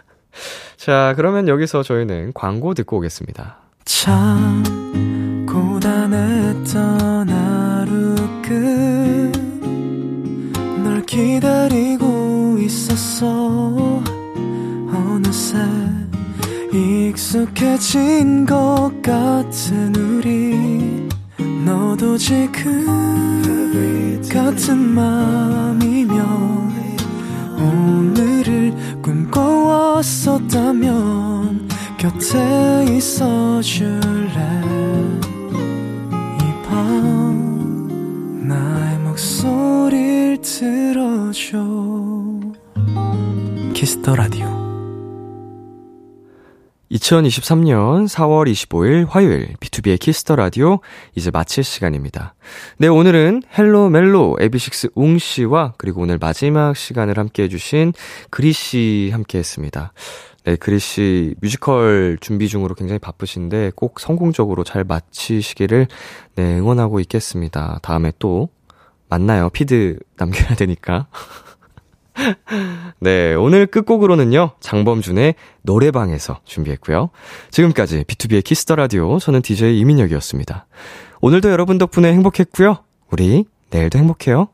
Speaker 2: [LAUGHS] 자, 그러면 여기서 저희는 광고 듣고 오겠습니다.
Speaker 3: 참 고단했던 하루 끝널 기다리고 있었어 어느새 익숙해진 것 같은 우리 너도 지금 같은 마음이면 오늘을 꿈꿔왔었다면 곁에 있어 줄래 이 밤 나의 목소리를 들어줘 키스터 라디오
Speaker 2: 2023년 4월 25일 화요일 B2B의 키스터 라디오 이제 마칠 시간입니다. 네, 오늘은 헬로 멜로 에비식스 웅 씨와 그리고 오늘 마지막 시간을 함께 해 주신 그리 씨 함께 했습니다. 네, 그리 씨 뮤지컬 준비 중으로 굉장히 바쁘신데 꼭 성공적으로 잘 마치시기를 네, 응원하고 있겠습니다. 다음에 또 만나요. 피드 남겨야 되니까. 네, 오늘 끝곡으로는요. 장범준의 노래방에서 준비했고요. 지금까지 B2B의 키스터 라디오 저는 DJ 이민혁이었습니다. 오늘도 여러분 덕분에 행복했고요. 우리 내일도 행복해요.